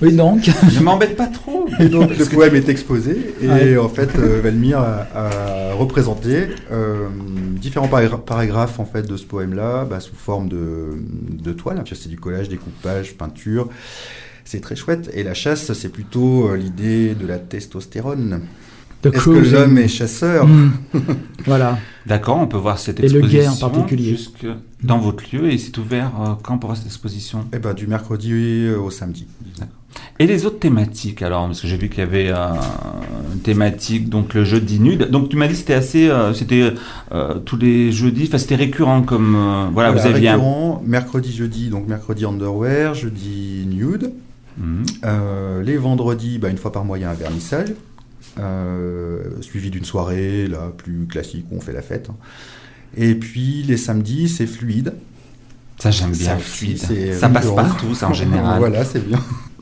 Speaker 2: Oui, donc.
Speaker 3: Je m'embête pas trop.
Speaker 5: Et donc, le poème est exposé et
Speaker 2: Ouais.
Speaker 5: en fait, euh, Valmir a, a représenté euh, différents paragra- paragraphes en fait de ce poème-là bah, sous forme de, de toile. Puis C'est du collage, découpage, peinture. C'est très chouette. Et la chasse, c'est plutôt euh, l'idée de la testostérone.
Speaker 2: The
Speaker 5: Est-ce que
Speaker 2: Cruising.
Speaker 5: l'homme est chasseur
Speaker 2: Hmm. voilà.
Speaker 3: D'accord, on peut voir cette
Speaker 2: Et le
Speaker 3: exposition.
Speaker 2: guet en particulier.
Speaker 3: jusque dans votre lieu et c'est ouvert euh, quand pour voir cette exposition
Speaker 5: Eh ben, du mercredi au samedi.
Speaker 3: Et les autres thématiques alors Parce que j'ai vu qu'il y avait euh, une thématique, donc le jeudi nude. Donc tu m'as dit que c'était assez. euh, c'était euh, tous les jeudis, enfin c'était récurrent comme. euh, voilà, vous
Speaker 5: Voilà,
Speaker 3: aviez un.
Speaker 5: récurrent, mercredi, jeudi, donc mercredi underwear, jeudi nude.
Speaker 3: Mhm.
Speaker 5: Euh, les vendredis, bah, une fois par mois, il y a un vernissage, euh, suivi d'une soirée là, plus classique où on fait la fête. hein. Et puis les samedis, c'est fluide.
Speaker 3: Ça j'aime bien,
Speaker 5: Ça,
Speaker 3: fluide.
Speaker 5: c'est
Speaker 3: Ça passe
Speaker 5: récurrent.
Speaker 3: partout, ça en général.
Speaker 5: voilà, c'est bien.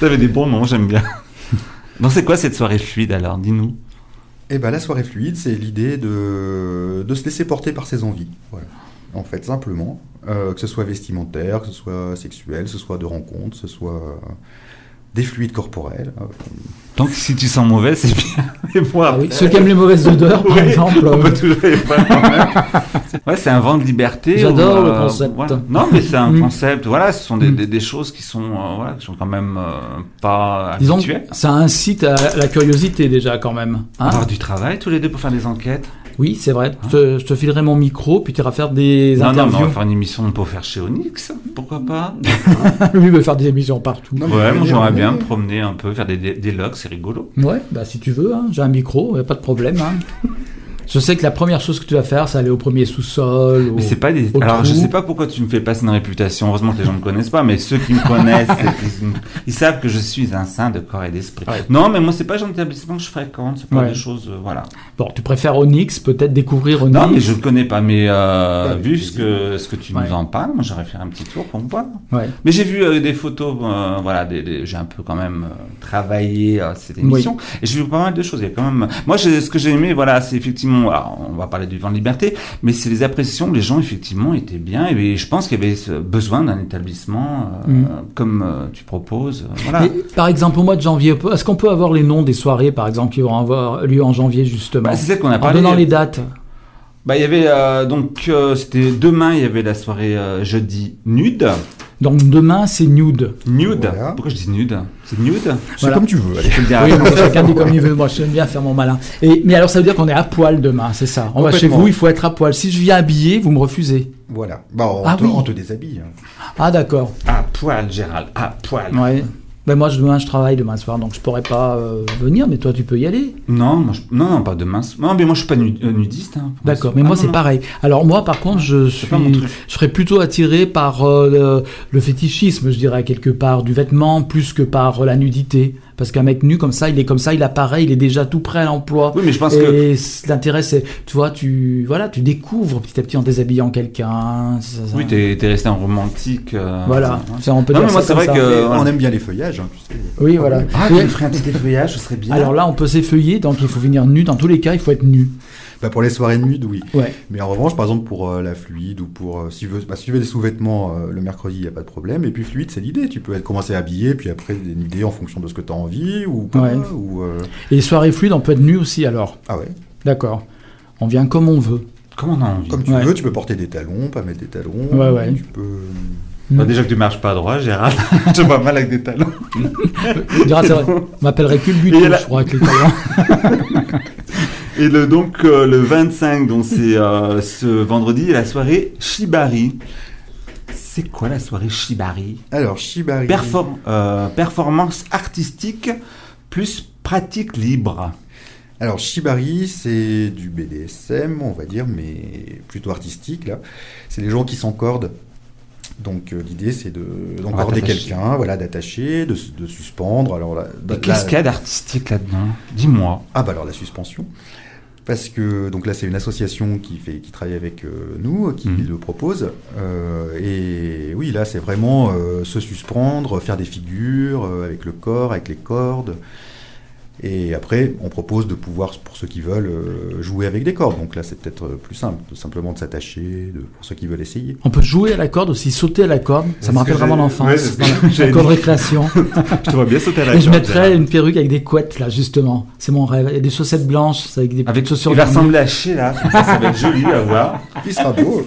Speaker 3: Ça avait des bons noms, j'aime bien. Donc c'est quoi cette soirée fluide alors Dis-nous.
Speaker 5: Et bah, la soirée fluide, c'est l'idée de, de se laisser porter par ses envies. Voilà. En fait, simplement, euh, que ce soit vestimentaire, que ce soit sexuel, que ce soit de rencontre, que ce soit euh, des fluides corporels. euh,
Speaker 3: Donc si tu sens mauvais, c'est bien. Mais bon,
Speaker 2: Ah
Speaker 3: après-
Speaker 2: oui, Ceux qui aiment les mauvaises odeurs, par
Speaker 3: Oui,
Speaker 2: exemple.
Speaker 3: on peut
Speaker 2: euh,
Speaker 3: toujours aller voir quand même. Ouais, c'est un vent de liberté.
Speaker 2: J'adore
Speaker 3: où,
Speaker 2: le concept.
Speaker 3: voilà. Non, mais c'est un
Speaker 2: Mm.
Speaker 3: concept. Voilà, ce sont des,
Speaker 2: Mm.
Speaker 3: des, des choses qui sont, euh, voilà, qui sont quand même euh, pas
Speaker 2: Disons,
Speaker 3: habituelles.
Speaker 2: ça incite à la curiosité déjà quand même. hein.
Speaker 3: Avoir du travail tous les deux pour faire des enquêtes.
Speaker 2: oui, c'est vrai. Je, te- je te filerai mon micro, puis tu iras faire des
Speaker 3: Ah. non, non, mais
Speaker 2: interviews.
Speaker 3: on va faire une émission pour faire chez Onyx. Pourquoi pas
Speaker 2: Lui il veut faire des émissions partout.
Speaker 5: Non, mais
Speaker 3: Ouais, moi
Speaker 5: venez,
Speaker 3: j'aimerais
Speaker 5: venez.
Speaker 3: bien me promener un peu, faire des, des, des logs, c'est rigolo.
Speaker 2: Ouais, bah si tu veux, hein, j'ai un micro, y a pas de problème. hein. je sais que la première chose que tu vas faire, c'est aller au premier sous-sol. au-
Speaker 3: Mais c'est pas des.
Speaker 2: au
Speaker 3: Alors je
Speaker 2: trou.
Speaker 3: sais pas pourquoi tu me fais passer une réputation. Heureusement que les gens ne me connaissent pas, mais ceux qui me connaissent, et qui- ils savent que je suis un saint de corps et d'esprit. Non, mais moi c'est pas un établissement que je fréquente. C'est pas
Speaker 2: Ouais.
Speaker 3: des choses, euh, voilà.
Speaker 2: Bon, tu préfères Onyx, peut-être découvrir Onyx.
Speaker 3: Non, mais je ne connais pas, mais euh,
Speaker 5: Ouais,
Speaker 3: vu
Speaker 5: c'est
Speaker 3: ce que, ce que tu
Speaker 2: Bah, Ouais.
Speaker 3: nous en parles, moi j'aurais fait un petit tour pour me voir.
Speaker 2: Ouais.
Speaker 3: Mais j'ai vu euh, des photos, euh, voilà, des, des- j'ai un peu quand même euh, travaillé euh, cette émission, et j'ai vu pas mal de choses. Il y a quand même, moi j'ai- ce que j'ai aimé, voilà, c'est effectivement, alors, on va parler du vent de liberté, mais c'est les appréciations, les gens effectivement étaient bien, et je pense qu'il y avait ce besoin d'un établissement euh,
Speaker 2: Mm.
Speaker 3: comme euh, tu proposes. euh, Voilà.
Speaker 2: Mais, par exemple, au mois de janvier, est-ce qu'on peut avoir les noms des soirées, par exemple, qui vont avoir lieu en janvier, justement
Speaker 3: Bah, c'est celle qu'on a
Speaker 2: En
Speaker 3: parlé.
Speaker 2: donnant les dates.
Speaker 3: Bah, il y avait euh, donc euh, c'était demain, il y avait la soirée euh, jeudi nude.
Speaker 2: Donc demain, c'est nude.
Speaker 3: Nude.
Speaker 5: Voilà.
Speaker 3: Pourquoi je dis nude C'est nude
Speaker 5: C'est
Speaker 2: Voilà.
Speaker 5: comme tu veux. allez.
Speaker 3: Je peux le dire
Speaker 2: Oui,
Speaker 3: après.
Speaker 2: mais chacun dit comme il veut. Moi, j'aime bien faire mon malin. Et, mais alors, ça veut dire qu'on est à poil demain, c'est ça On va chez
Speaker 5: Complètement.
Speaker 2: vous, il faut être à poil. Si je viens habillé, vous me refusez.
Speaker 5: Voilà. Bah, on,
Speaker 2: Ah
Speaker 5: te,
Speaker 2: oui.
Speaker 5: on te déshabille. hein.
Speaker 2: Ah, d'accord.
Speaker 3: À poil, Gérald, à poil.
Speaker 2: Ouais. Ben moi, je- demain, je travaille demain soir, donc je pourrais pas euh, venir, mais toi, tu peux y aller.
Speaker 3: Non, moi, je- non, non, pas demain. Non, mais moi je suis pas nu- euh, nudiste. hein.
Speaker 2: D'accord, mais
Speaker 3: Ah,
Speaker 2: moi
Speaker 3: non,
Speaker 2: c'est
Speaker 3: non.
Speaker 2: pareil. Alors moi par contre, je suis,
Speaker 3: pas mon truc.
Speaker 2: je serais plutôt attiré par euh, le, le fétichisme, je dirais quelque part, du vêtement plus que par euh, la nudité. Parce qu'un mec nu comme ça, il est comme ça, il apparaît, il est déjà tout prêt à l'emploi.
Speaker 3: Oui, mais je pense
Speaker 2: et
Speaker 3: que-
Speaker 2: c- l'intérêt, c'est, tu vois, tu, voilà, tu découvres petit à petit en déshabillant quelqu'un. ça- ça-
Speaker 3: Oui, t'es t'es resté un romantique. euh,
Speaker 2: Voilà. C'est- on peut
Speaker 3: Non,
Speaker 2: dire
Speaker 3: mais moi,
Speaker 2: ça
Speaker 3: c'est
Speaker 2: comme
Speaker 3: vrai
Speaker 2: ça.
Speaker 3: que.
Speaker 5: Et
Speaker 3: voilà.
Speaker 5: On aime bien les feuillages. hein, tu sais.
Speaker 2: Oui, voilà.
Speaker 3: Ah,
Speaker 2: Et-
Speaker 3: tu me ferais un petit effeuillage, ce serait bien.
Speaker 2: alors là, on peut s'effeuiller, donc il faut venir nu. Dans tous les cas, il faut être nu.
Speaker 5: Bah, pour les soirées nudes, oui.
Speaker 2: Ouais.
Speaker 5: Mais en revanche, par exemple, pour euh, la fluide ou pour. euh, si vous bah, si tu veux des sous-vêtements euh, le mercredi, il n'y a pas de problème. Et puis fluide, c'est l'idée. Tu peux être- commencer à habiller, puis après, une idée en fonction de ce que tu as envie ou pas.
Speaker 2: Ouais.
Speaker 5: Ou, euh,
Speaker 2: Et soirée fluide, on peut être nu aussi, alors.
Speaker 5: Ah ouais.
Speaker 2: D'accord. On vient comme on veut.
Speaker 3: Comment on a envie
Speaker 5: Comme tu
Speaker 2: Ouais.
Speaker 5: veux, tu peux porter des talons, pas mettre des talons.
Speaker 2: Ouais, ouais.
Speaker 5: Tu peux. euh,
Speaker 3: Bah, Déjà que tu marches pas droit, Gérard. je te vois mal avec des talons.
Speaker 2: On dira, c'est vrai. On m'appellerait Culbuto,
Speaker 3: Et là-
Speaker 2: je crois, avec les talents.
Speaker 3: Et le, donc, euh, le 25, donc c'est euh, ce vendredi, la soirée Shibari. C'est quoi la soirée Shibari
Speaker 5: Alors, Shibari.
Speaker 3: Perform- euh, Performance artistique plus pratique libre.
Speaker 5: Alors Shibari, c'est du BDSM, on va dire, mais plutôt artistique là. C'est les gens qui s'encordent. Donc euh, l'idée, c'est de- d'encorder
Speaker 3: t'attacher.
Speaker 5: quelqu'un, voilà, d'attacher, de, de suspendre. Alors là,
Speaker 3: Mais
Speaker 5: la-
Speaker 3: qu'est-ce qu'il y a d'artistique là-dedans Dis-moi.
Speaker 5: ah bah alors la suspension. Parce que donc là c'est une association qui fait qui travaille avec euh, nous, qui
Speaker 3: Mhm.
Speaker 5: le propose. Euh, et oui là c'est vraiment euh, se suspendre, faire des figures euh, avec le corps, avec les cordes. Et après on propose de pouvoir pour ceux qui veulent euh, jouer avec des cordes. Donc là c'est peut-être euh, plus simple, de simplement de s'attacher, de- pour ceux qui veulent essayer.
Speaker 2: On peut jouer à la corde aussi, sauter à la corde. Ça me rappelle
Speaker 3: que
Speaker 2: vraiment
Speaker 3: j'ai-
Speaker 2: l'enfance.
Speaker 3: ouais, c'est ce que
Speaker 2: Voilà,
Speaker 3: j'allais
Speaker 2: la corde
Speaker 3: dire.
Speaker 2: récréation.
Speaker 3: Je te vois bien sauter à la
Speaker 2: Et je
Speaker 3: corde,
Speaker 2: mettrais
Speaker 3: Gérard.
Speaker 2: une perruque avec des couettes, là, justement. C'est mon rêve. Et des chaussettes blanches, c'est avec des
Speaker 3: Avec
Speaker 2: petites chaussures
Speaker 3: Il va
Speaker 2: vernies.
Speaker 3: ressembler à Sheila. Ça, ça va être joli à voir.
Speaker 5: Il sera beau.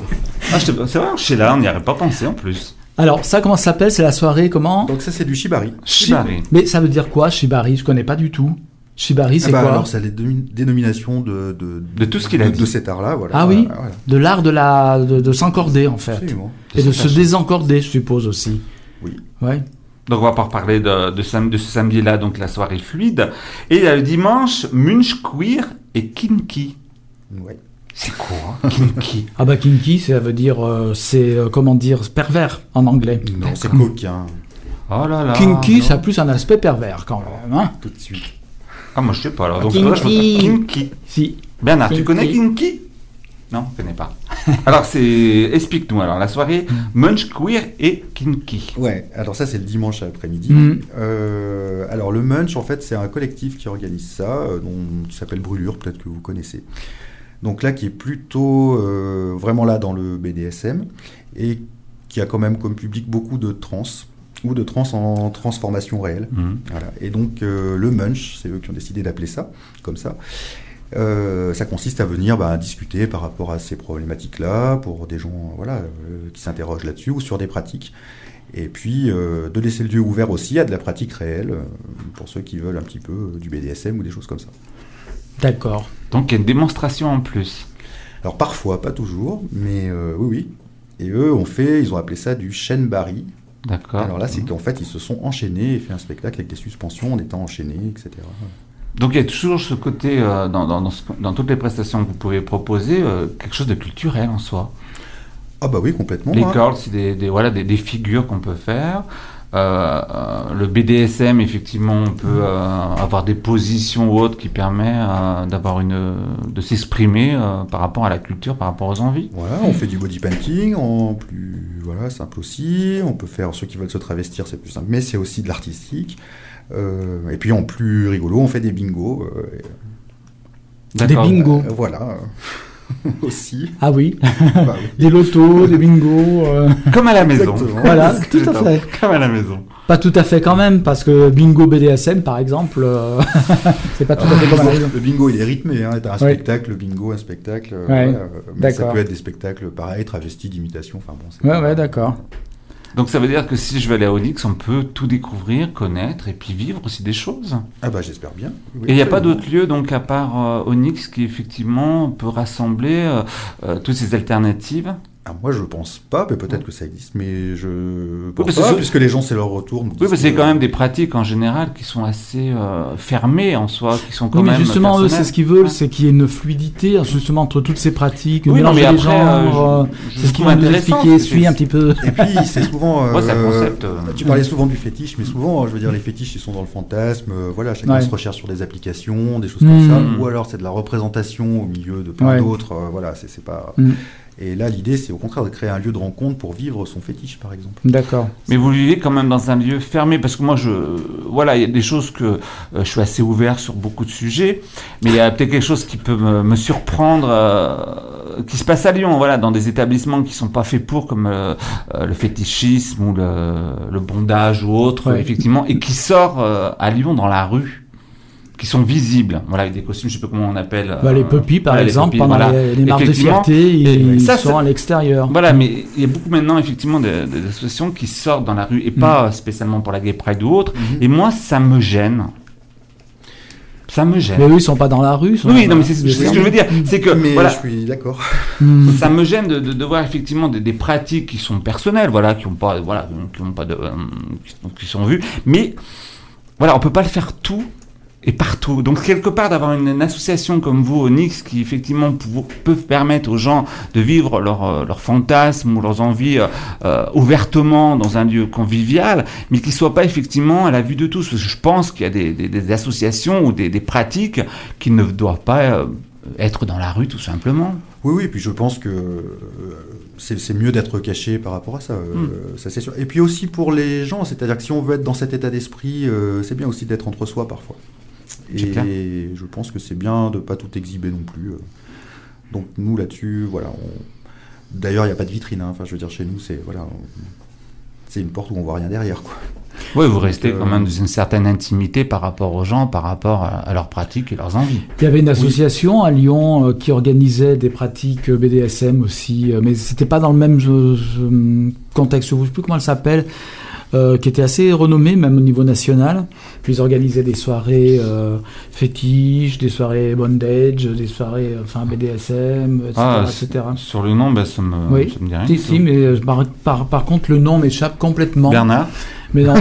Speaker 3: Ah, je te- C'est vrai, Sheila, on n'y aurait pas pensé en plus.
Speaker 2: Alors, ça, comment ça s'appelle C'est la soirée, comment
Speaker 5: donc ça c'est du shibari.
Speaker 3: Shibari.
Speaker 2: Mais ça veut dire quoi, Shibari Je connais pas du tout. Shibari, c'est
Speaker 5: Ah bah,
Speaker 2: quoi
Speaker 5: alors ça les démi- dénominations de de,
Speaker 3: De tout ce qu'il a
Speaker 5: de-
Speaker 3: dit.
Speaker 5: de cet art là voilà.
Speaker 2: Ah oui
Speaker 5: Voilà, voilà.
Speaker 2: De l'art de la de, de s'encorder, en fait.
Speaker 5: Absolument.
Speaker 2: Et de se désencorder, je suppose, aussi.
Speaker 5: Oui.
Speaker 2: Ouais.
Speaker 3: Donc on va pouvoir parler de, de, sam- de ce samedi-là, donc la soirée fluide. Et il y a le dimanche, Munch Queer et Kinky.
Speaker 5: Ouais.
Speaker 3: C'est quoi Kinky
Speaker 2: Ah bah, kinky, ça veut dire... euh, c'est, euh, comment dire, pervers, en anglais.
Speaker 5: Non c'est hein, coquin.
Speaker 3: Oh là là
Speaker 2: Kinky,
Speaker 3: non.
Speaker 2: ça a plus un aspect pervers quand même. Hein
Speaker 5: tout de suite.
Speaker 3: Ah moi je sais pas alors. Donc,
Speaker 2: Kinky.
Speaker 3: là, je vois- Kinky.
Speaker 2: si.
Speaker 3: Bernard, tu
Speaker 2: Kinky.
Speaker 3: connais Kinky Non, je connais pas. alors c'est... Explique-nous alors, la soirée Munch Queer et Kinky.
Speaker 5: Ouais, alors ça c'est le dimanche après-midi.
Speaker 2: Mm.
Speaker 5: Euh, alors le Munch, en fait, c'est un collectif qui organise ça, euh, dont, qui s'appelle Brûlure, peut-être que vous connaissez. Donc là, qui est plutôt euh, vraiment là dans le BDSM, et qui a quand même comme public beaucoup de trans, ou de trans en transformation réelle.
Speaker 3: Hmm.
Speaker 5: Voilà. Et donc euh, le munch, c'est eux qui ont décidé d'appeler ça comme ça. Euh, ça consiste à venir bah, discuter par rapport à ces problématiques-là pour des gens euh, voilà, euh, qui s'interrogent là-dessus ou sur des pratiques. Et puis euh, de laisser le lieu ouvert aussi à de la pratique réelle euh, pour ceux qui veulent un petit peu euh, du BDSM ou des choses comme ça.
Speaker 2: D'accord.
Speaker 3: Donc il y a une démonstration en plus.
Speaker 5: Alors parfois, pas toujours, mais euh, oui, oui. Et eux ont fait, ils ont appelé ça du chêne baril.
Speaker 3: D'accord.
Speaker 5: Alors là, c'est qu'en fait, ils se sont enchaînés et fait un spectacle avec des suspensions en étant enchaînés, etc.
Speaker 3: Donc il y a toujours ce côté, euh, dans, dans, dans, ce- dans toutes les prestations que vous pouvez proposer, euh, quelque chose de culturel en soi.
Speaker 5: Ah bah oui, complètement.
Speaker 3: Les
Speaker 5: hein.
Speaker 3: cordes, c'est des, des- voilà, des, des figures qu'on peut faire. Euh, euh, le BDSM, effectivement, on peut euh, avoir des positions ou autres qui permet euh, d'avoir une, de s'exprimer euh, par rapport à la culture, par rapport aux envies.
Speaker 5: Voilà, on fait du body painting en plus voilà, simple aussi. On peut faire ceux qui veulent se travestir, c'est plus simple, mais c'est aussi de l'artistique. Euh, et puis en plus rigolo, on fait des bingos. euh,
Speaker 2: Des bingos.
Speaker 5: euh, voilà. aussi.
Speaker 2: Ah oui.
Speaker 5: Bah oui.
Speaker 2: Des lotos, des bingos. euh,
Speaker 3: Comme à la maison.
Speaker 5: Exactement.
Speaker 2: Voilà,
Speaker 3: C'est ce que
Speaker 2: tout à
Speaker 3: j'adore.
Speaker 2: fait.
Speaker 3: Comme à la maison.
Speaker 2: Pas tout à fait quand même, parce que bingo BDSM, par exemple, euh, c'est pas tout à Ah, fait
Speaker 3: Ah.
Speaker 2: comme à la maison.
Speaker 5: Le bingo, il est rythmé. Hein. T'as un
Speaker 2: Ouais.
Speaker 5: spectacle, bingo, un spectacle. euh,
Speaker 2: Ouais,
Speaker 5: voilà. Mais ça
Speaker 2: d'accord.
Speaker 5: peut être des spectacles pareils, travestis, d'imitation. Enfin bon, c'est-
Speaker 2: Ouais, ouais, d'accord.
Speaker 3: Donc ça veut dire que si je vais aller à Onyx, on peut tout découvrir, connaître et puis vivre aussi des choses.
Speaker 5: Ah bah j'espère bien. Oui,
Speaker 3: Et il n'y a pas
Speaker 5: absolument.
Speaker 3: d'autre lieu, donc, à part euh, Onyx, qui effectivement peut rassembler euh, euh, toutes ces alternatives
Speaker 5: Alors Ah, moi je pense pas, mais peut-être que ça existe, mais je
Speaker 3: parce
Speaker 5: pense
Speaker 3: que
Speaker 5: pas,
Speaker 3: ce-
Speaker 5: puisque les gens c'est leur retour. nous
Speaker 3: Oui,
Speaker 5: disent
Speaker 3: mais c'est
Speaker 5: que-
Speaker 3: quand même des pratiques en général qui sont assez euh, fermées en soi, qui sont quand
Speaker 2: Oui, mais
Speaker 3: même.
Speaker 2: justement, eux, c'est
Speaker 3: personnelles.
Speaker 2: ce qu'ils veulent, c'est qu'il y ait une fluidité, hein, justement, entre toutes ces pratiques,
Speaker 3: Oui, non,
Speaker 2: mélanger
Speaker 3: mais
Speaker 2: les
Speaker 3: après,
Speaker 2: genres,
Speaker 3: euh,
Speaker 2: euh,
Speaker 3: je- je
Speaker 2: c'est ce qu'ils
Speaker 3: trouve
Speaker 2: vont nous
Speaker 3: intéressant,
Speaker 2: expliquer,
Speaker 3: c'est-
Speaker 2: suis un petit peu.
Speaker 5: Et puis c'est souvent.
Speaker 3: Moi, c'est un
Speaker 5: euh,
Speaker 3: concept, euh,
Speaker 5: Tu parlais souvent du fétiche, mais souvent, euh, je veux dire, les fétiches, ils sont dans le fantasme. euh, voilà, chacun
Speaker 2: Ouais.
Speaker 5: se recherche sur des applications, des choses
Speaker 2: Mm.
Speaker 5: comme
Speaker 3: Hmm.
Speaker 5: ça. Ou alors, c'est de la représentation au milieu de plein
Speaker 2: Ouais.
Speaker 5: d'autres. euh, voilà, c'est c'est pas.
Speaker 2: Mm.
Speaker 5: Et là, l'idée, c'est au contraire de créer un lieu de rencontre pour vivre son fétiche, par exemple.
Speaker 2: D'accord.
Speaker 3: Mais vous vivez quand même dans un lieu fermé, parce que moi, je, voilà, il y a des choses que euh, je suis assez ouvert sur beaucoup de sujets, mais il y a peut-être quelque chose qui peut me, me surprendre, euh, qui se passe à Lyon, voilà, dans des établissements qui sont pas faits pour, comme euh, euh, le fétichisme ou le, le bondage ou autre,
Speaker 2: Ouais.
Speaker 3: effectivement, et qui sort euh, à Lyon dans la rue, qui sont visibles, voilà, avec des costumes, je sais pas comment on appelle.
Speaker 2: Bah, les
Speaker 3: euh,
Speaker 2: pupilles, par
Speaker 3: voilà, les
Speaker 2: exemple,
Speaker 3: pupilles,
Speaker 2: pendant
Speaker 3: voilà.
Speaker 2: les, les marches de
Speaker 3: Effectivement,
Speaker 2: fierté, ils,
Speaker 3: et ça, Bah.
Speaker 2: sont
Speaker 3: c'est-
Speaker 2: à l'extérieur.
Speaker 3: voilà, mais il y a beaucoup maintenant, effectivement, des, des associations qui sortent dans la rue, et pas euh, spécialement pour la Gay Pride ou autre. Et moi, ça me gêne. Ça me gêne.
Speaker 2: mais eux, ils sont pas dans la rue. ils sont
Speaker 3: Oui,
Speaker 2: dans-
Speaker 3: non, mais c'est c'est ce que je veux dire. C'est que,
Speaker 5: mais
Speaker 3: voilà,
Speaker 5: je suis d'accord.
Speaker 2: Hmm.
Speaker 3: ça me gêne de, de, de voir effectivement des, des pratiques qui sont personnelles, voilà, qui ont pas, voilà, qui ont pas de, euh, qui, sont- qui sont vues. Mais voilà, on peut pas le faire tout et partout. Donc quelque part d'avoir une, une association comme vous, Onyx, qui effectivement pou- peut permettre aux gens de vivre leurs euh, leurs fantasmes ou leurs envies euh, euh, ouvertement dans un lieu convivial, mais qui soit pas effectivement à la vue de tous. Parce que je pense qu'il y a des, des, des associations ou des, des pratiques qui ne doivent pas euh, être dans la rue tout simplement.
Speaker 5: Oui, oui, puis je pense que euh, c'est c'est mieux d'être caché par rapport à ça, euh, ça c'est sûr. Et puis aussi pour les gens, c'est-à-dire que si on veut être dans cet état d'esprit, euh, c'est bien aussi d'être entre soi parfois.
Speaker 3: C'est
Speaker 5: Et
Speaker 3: clair.
Speaker 5: je pense que c'est bien de pas tout exhiber non plus. euh. Donc nous là-dessus, voilà. on- D'ailleurs, il n'y a pas de vitrine. hein. Enfin, je veux dire, chez nous, c'est voilà, on- c'est une porte où on voit rien derrière, quoi.
Speaker 3: Oui, vous restez quand
Speaker 5: euh,
Speaker 3: même dans une certaine intimité par rapport aux gens, par rapport à, à leurs pratiques et leurs envies.
Speaker 2: Il y avait une association à Lyon euh, qui organisait des pratiques euh, BDSM aussi, euh, mais c'était pas dans le même euh, euh, contexte. Je ne sais plus comment elle s'appelle, euh, qui était assez renommée même au niveau national. Puis ils organisaient des soirées euh, fétiches, des soirées bondage, des soirées euh, enfin BDSM, etc.,
Speaker 3: Ah,
Speaker 2: etc.
Speaker 3: Sur le nom, bah, ça, me,
Speaker 2: Oui.
Speaker 3: ça me dit rien.
Speaker 2: Si,
Speaker 3: du
Speaker 2: si,
Speaker 3: tout.
Speaker 2: mais euh, par, par, par contre le nom m'échappe complètement.
Speaker 3: Bernard,
Speaker 2: Mais non,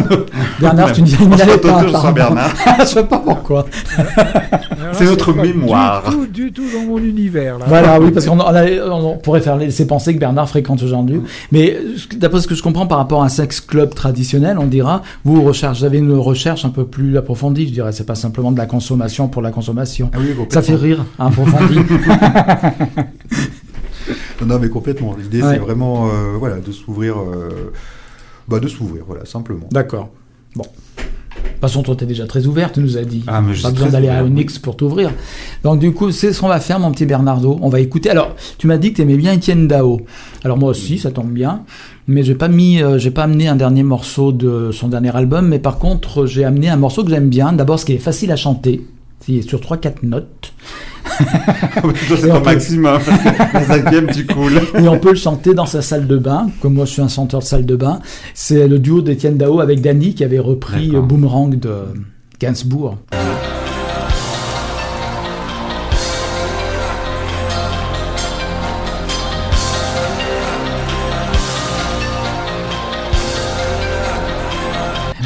Speaker 2: Bernard, tu ne
Speaker 5: On
Speaker 2: disais
Speaker 5: saute
Speaker 2: pas.
Speaker 5: autour sans
Speaker 2: pardon.
Speaker 5: Bernard.
Speaker 2: Je sais pas pourquoi.
Speaker 4: Alors là,
Speaker 3: c'est notre
Speaker 4: pas
Speaker 3: mémoire.
Speaker 4: Du tout, du tout dans mon univers. Là.
Speaker 2: Hein Voilà, oui, parce qu'on on a- on pourrait faire laisser penser que Bernard fréquente aujourd'hui. Mais euh, ce que- d'après ce que je comprends par rapport à un sex club traditionnel, on dira, vous, recherche, vous avez une recherche un peu plus approfondie, je dirais. C'est pas simplement de la consommation pour la consommation.
Speaker 5: Ah oui,
Speaker 2: Ça fait
Speaker 5: complètement.
Speaker 2: rire, hein, approfondi.
Speaker 5: Non, non, mais complètement. L'idée,
Speaker 2: Ouais.
Speaker 5: c'est vraiment euh, voilà, de s'ouvrir, euh, bah, de s'ouvrir, voilà, simplement.
Speaker 2: D'accord. Bon. Passons, toi, t'es déjà très ouvert, tu nous as dit.
Speaker 3: Ah, mais je
Speaker 2: pas
Speaker 3: suis
Speaker 2: besoin
Speaker 3: très
Speaker 2: d'aller à
Speaker 3: ouvert, oui.
Speaker 2: Onyx pour t'ouvrir. Donc, du coup, c'est ce qu'on va faire, mon petit Bernardo. On va écouter. Alors, tu m'as dit que t'aimais bien Étienne Dao. Alors, moi aussi, ça tombe bien. Mais j'ai pas mis, euh, j'ai pas amené un dernier morceau de son dernier album. Mais par contre, j'ai amené un morceau que j'aime bien. D'abord, ce qui est facile à chanter. Il est sur 3-4 notes.
Speaker 3: c'est
Speaker 2: Et on
Speaker 3: pas
Speaker 2: peut-
Speaker 3: maximum. hein, La cinquième, tu coules.
Speaker 2: Et on peut le chanter dans sa salle de bain. Comme moi, je suis un chanteur de salle de bain. C'est le duo d'Étienne Dao avec Danny qui avait repris euh,
Speaker 3: D'accord.
Speaker 2: Boomerang de Gainsbourg.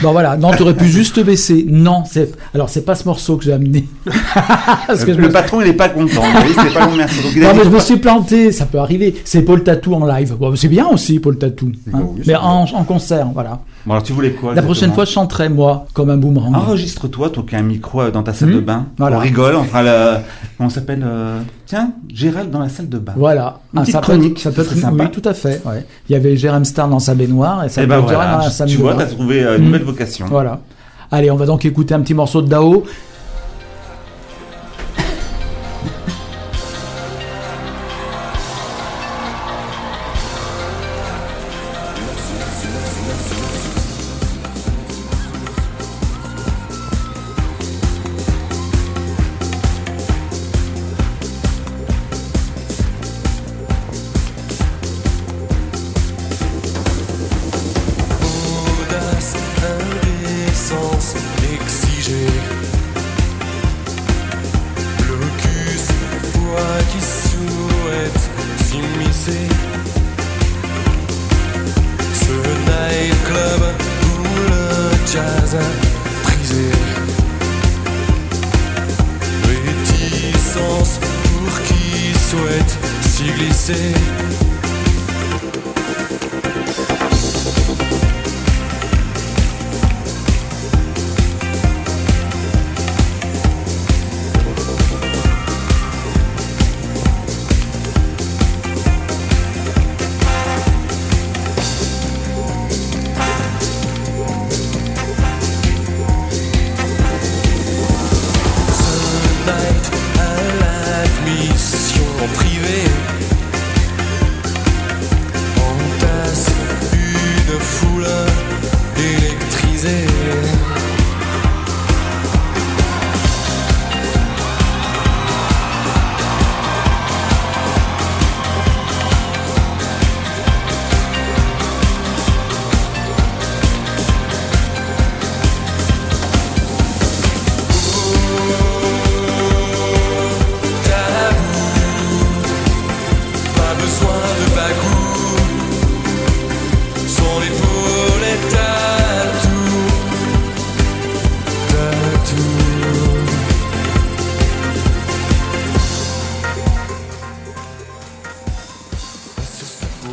Speaker 2: Bon voilà, non, tu aurais pu juste te baisser. Non, c'est alors c'est pas ce morceau que j'ai amené. Parce que je me...
Speaker 3: Le patron, il n'est pas content. Vous voyez, c'est pas bon, merci. Donc, il a
Speaker 2: Non,
Speaker 3: dit-
Speaker 2: mais je me suis planté, ça peut arriver. C'est Paul Tatou en live. Bon, c'est bien aussi Paul Tatou, hein.
Speaker 5: Bon, oui,
Speaker 2: mais
Speaker 5: c'est
Speaker 2: en, en concert, voilà.
Speaker 3: Bon, alors, tu voulais quoi
Speaker 2: La prochaine
Speaker 3: exactement Ah,
Speaker 2: fois, je chanterai moi comme un boomerang.
Speaker 3: Enregistre-toi, toi qui as un micro euh, dans ta salle
Speaker 2: Hmm,
Speaker 3: de bain.
Speaker 2: voilà.
Speaker 3: On rigole, on fera le. On s'appelle. euh, Tiens, Gérald dans la salle de bain.
Speaker 2: Voilà, Ah,
Speaker 3: Une petite
Speaker 2: ça peut, être,
Speaker 3: chronique,
Speaker 2: ça
Speaker 3: ce
Speaker 2: peut être-
Speaker 3: serait sympa.
Speaker 2: oui, tout à fait. ouais. Il y avait Jérém Star dans sa baignoire et ça
Speaker 3: Eh
Speaker 2: peut
Speaker 3: ben
Speaker 2: être Jérém dans
Speaker 3: voilà,
Speaker 2: la salle
Speaker 3: tu
Speaker 2: de
Speaker 3: vois,
Speaker 2: bain.
Speaker 3: t'as trouvé euh, une
Speaker 2: Hmm.
Speaker 3: nouvelle vocation.
Speaker 2: Voilà. Allez, on va donc écouter un petit morceau de Dao.
Speaker 7: audace, indécence exigée. glisser. Night à l'admission privée. On tasse une foule électrisée. Pas besoin de bagou Son épaule est à tout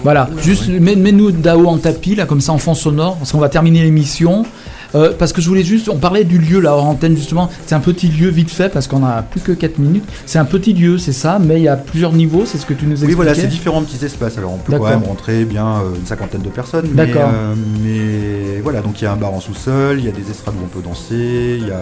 Speaker 2: Voilà, juste mets- mets-nous Dao en tapis, là, comme ça, en fond sonore, parce qu'on va terminer l'émission. Euh, parce que je voulais juste, on parlait du lieu là hors antenne justement, c'est un petit lieu vite fait parce qu'on a plus que 4 minutes. C'est un petit lieu, c'est ça, mais il y a plusieurs niveaux, c'est ce que tu nous expliquais.
Speaker 5: Oui, voilà, c'est différents petits espaces. Alors, on peut quand
Speaker 2: D'accord.
Speaker 5: même rentrer bien euh, une cinquantaine de personnes. mais,
Speaker 2: D'accord.
Speaker 5: euh, Mais, voilà, donc il y a un bar en sous-sol, il y a des estrades où on peut danser, il y a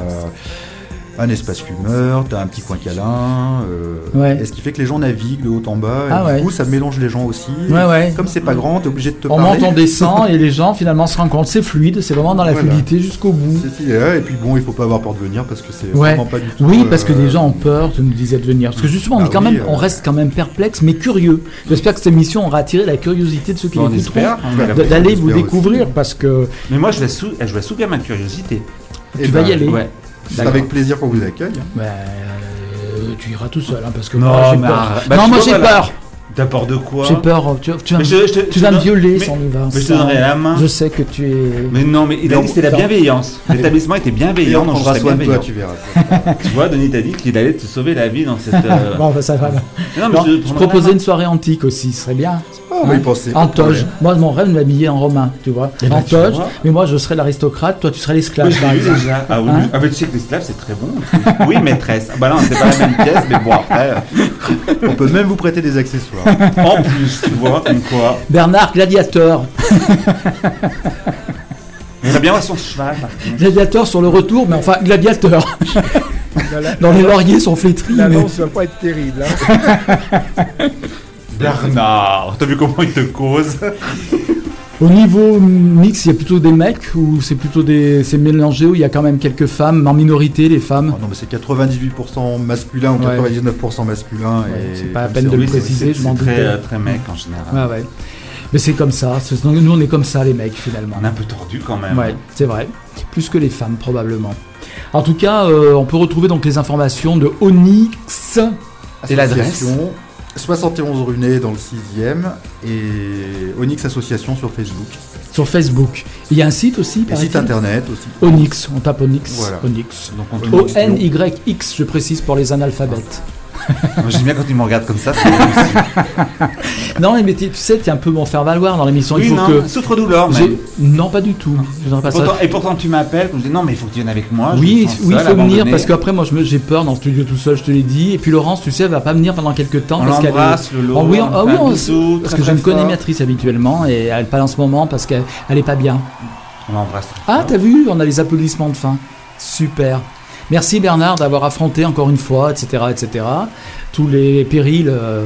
Speaker 5: un espace fumeur, t'as un petit coin câlin. euh,
Speaker 2: Ouais.
Speaker 5: Et ce qui fait que les gens naviguent de haut en bas. et
Speaker 2: Ah
Speaker 5: du
Speaker 2: ouais.
Speaker 5: coup, ça mélange les gens aussi.
Speaker 2: Ouais, ouais.
Speaker 5: Comme c'est pas grand, t'es obligé de te
Speaker 2: On
Speaker 5: parler.
Speaker 2: monte, on descend et les gens finalement se rencontrent, c'est fluide, c'est vraiment dans la
Speaker 5: Voilà.
Speaker 2: fluidité jusqu'au bout.
Speaker 5: C'est- euh, Et puis bon, il faut pas avoir peur de venir parce que c'est
Speaker 2: Ouais.
Speaker 5: vraiment pas du tout.
Speaker 2: Oui, parce que
Speaker 5: euh,
Speaker 2: les gens ont peur, tu nous disais de venir. Parce que justement, on,
Speaker 5: Bah
Speaker 2: est quand
Speaker 5: oui,
Speaker 2: même,
Speaker 5: euh.
Speaker 2: on reste quand même perplexe, mais curieux. J'espère que cette émission aura attiré la curiosité de ceux qui
Speaker 3: On
Speaker 2: l'écouteront,
Speaker 3: espère,
Speaker 5: hein,
Speaker 3: on espère.
Speaker 2: d'aller vous
Speaker 5: On espère aussi.
Speaker 2: découvrir, parce que
Speaker 3: Mais moi, je vais, sou- je vais soulever ma curiosité.
Speaker 5: eh
Speaker 2: tu vas
Speaker 5: ben,
Speaker 2: y aller.
Speaker 3: Ouais.
Speaker 5: C'est avec plaisir qu'on vous accueille.
Speaker 2: Bah, euh, tu iras tout seul, hein, parce que
Speaker 3: Non,
Speaker 2: moi j'ai
Speaker 3: mais
Speaker 2: peur.
Speaker 3: arrête. Bah,
Speaker 2: non,
Speaker 3: tu
Speaker 2: moi
Speaker 3: vois,
Speaker 2: j'ai
Speaker 3: voilà.
Speaker 2: peur.
Speaker 3: D'abord de quoi
Speaker 2: J'ai peur. oh, Tu, tu vas,
Speaker 3: Mais
Speaker 2: me-
Speaker 3: je- je te-
Speaker 2: tu
Speaker 3: je
Speaker 2: vas
Speaker 3: te
Speaker 2: me
Speaker 3: don-
Speaker 2: violer
Speaker 3: mais-
Speaker 2: sans
Speaker 3: mais je te donnerai la main.
Speaker 2: Je sais que tu es.
Speaker 3: Mais non, mais il a
Speaker 2: Non,
Speaker 3: dit que c'était la
Speaker 2: putain.
Speaker 3: bienveillance. L'établissement était
Speaker 5: Et
Speaker 3: bienveillant,
Speaker 5: on
Speaker 3: donc je
Speaker 5: prendra
Speaker 3: serais
Speaker 5: soin de toi,
Speaker 3: bienveillant.
Speaker 5: tu verras.
Speaker 3: Tu vois, Denis t'a dit qu'il allait te sauver la vie dans cette. euh,
Speaker 2: Bon, bah, ça va.
Speaker 3: Non, mais
Speaker 2: Non,
Speaker 3: je
Speaker 2: je
Speaker 3: prendrai
Speaker 2: proposais
Speaker 3: la
Speaker 2: une soirée antique aussi, ce serait bien.
Speaker 5: On va Oh, y penser.
Speaker 2: En toge. Moi, mon rêve, de m'habiller en romain, tu vois. en
Speaker 3: Eh ben, tu
Speaker 2: toge.
Speaker 3: vois.
Speaker 2: Mais moi, je serais l'aristocrate, toi, tu serais l'esclave, par
Speaker 3: main. Oui,
Speaker 2: exemple.
Speaker 3: déjà. Ah oui.
Speaker 2: Hein
Speaker 3: Ah, mais tu sais que l'esclave, c'est très bon. Oui, maîtresse. Ah, Bah non, c'est pas la même pièce, mais bon, après. euh,
Speaker 5: On peut même vous prêter des accessoires.
Speaker 3: En plus, tu vois, comme quoi.
Speaker 2: Bernard, gladiateur.
Speaker 3: Il va bien voir son cheval. par contre.
Speaker 2: Gladiateur sur le retour, mais enfin, gladiateur.
Speaker 4: La- la-
Speaker 2: Dans les lauriers sont flétris. mais-
Speaker 4: L'annonce va pas être terrible. hein.
Speaker 3: Bernard, t'as vu comment il te cause
Speaker 2: Au niveau mix, il y a plutôt des mecs ou c'est plutôt des. C'est mélangé où il y a quand même quelques femmes, mais en minorité, les femmes.
Speaker 5: Ah non, mais c'est 98% masculin ou
Speaker 2: Ouais.
Speaker 5: 99% masculin.
Speaker 2: Ouais,
Speaker 5: et
Speaker 2: c'est pas la peine de
Speaker 5: c'est-
Speaker 2: le
Speaker 3: Oui, c'est-
Speaker 2: préciser,
Speaker 3: c'est
Speaker 2: je m'en
Speaker 3: c'est très,
Speaker 2: doutais.
Speaker 3: euh, très mec en général.
Speaker 2: Ah Ouais, ouais. Mais c'est comme ça. c'est- Nous, on est comme ça, les mecs, finalement.
Speaker 3: On est un peu tordu quand même.
Speaker 2: Ouais, c'est vrai. Plus que les femmes, probablement. En tout cas, euh, on peut retrouver donc les informations de Onyx.
Speaker 3: Et l'adresse
Speaker 5: euh, Association, 71 Runé dans le 6ème et Onyx Association sur Facebook.
Speaker 2: Sur Facebook. Il y a un site aussi,
Speaker 5: Et
Speaker 2: par
Speaker 5: site internet aussi.
Speaker 2: Onyx, on tape Onyx.
Speaker 5: Voilà.
Speaker 2: Onyx.
Speaker 3: Donc on te-
Speaker 5: Onyx.
Speaker 2: O-N-Y-X, je précise pour les analphabètes.
Speaker 3: Moi, J'aime bien quand il me regarde comme ça. c'est-
Speaker 2: non, mais tu tu sais, t'es un peu mon faire-valoir dans l'émission. Il
Speaker 3: Oui,
Speaker 2: faut
Speaker 3: non,
Speaker 2: que.
Speaker 3: souffre-douleur
Speaker 2: J'ai-
Speaker 3: même.
Speaker 2: Non, pas du tout. Je n'aurais pas ça.
Speaker 3: Pourtant- et pourtant tu m'appelles, je me dis non mais il faut que tu viennes avec moi. je
Speaker 2: Oui,
Speaker 3: me sens
Speaker 2: oui, il
Speaker 3: seul,
Speaker 2: faut venir
Speaker 3: abandonné.
Speaker 2: parce qu'après moi je me- j'ai peur dans le studio tout seul, je te l'ai dit. Et puis Laurence, tu sais, elle va pas venir pendant quelques temps
Speaker 3: on
Speaker 2: parce qu'elle est-
Speaker 3: l'embrasse, le lot,
Speaker 2: Oh oui,
Speaker 3: on
Speaker 2: ah
Speaker 3: fait
Speaker 2: oui,
Speaker 3: un
Speaker 2: on-
Speaker 3: bisou,
Speaker 2: parce
Speaker 3: très,
Speaker 2: que je
Speaker 3: très
Speaker 2: ne connais
Speaker 3: fort.
Speaker 2: Béatrice habituellement et elle pas en ce moment parce qu'elle elle est pas bien.
Speaker 3: On l'embrasse. très
Speaker 2: Ah,
Speaker 3: fort.
Speaker 2: t'as vu, on a les applaudissements de fin. Super. Merci Bernard d'avoir affronté encore une fois, etc., etc. Tous les périls euh,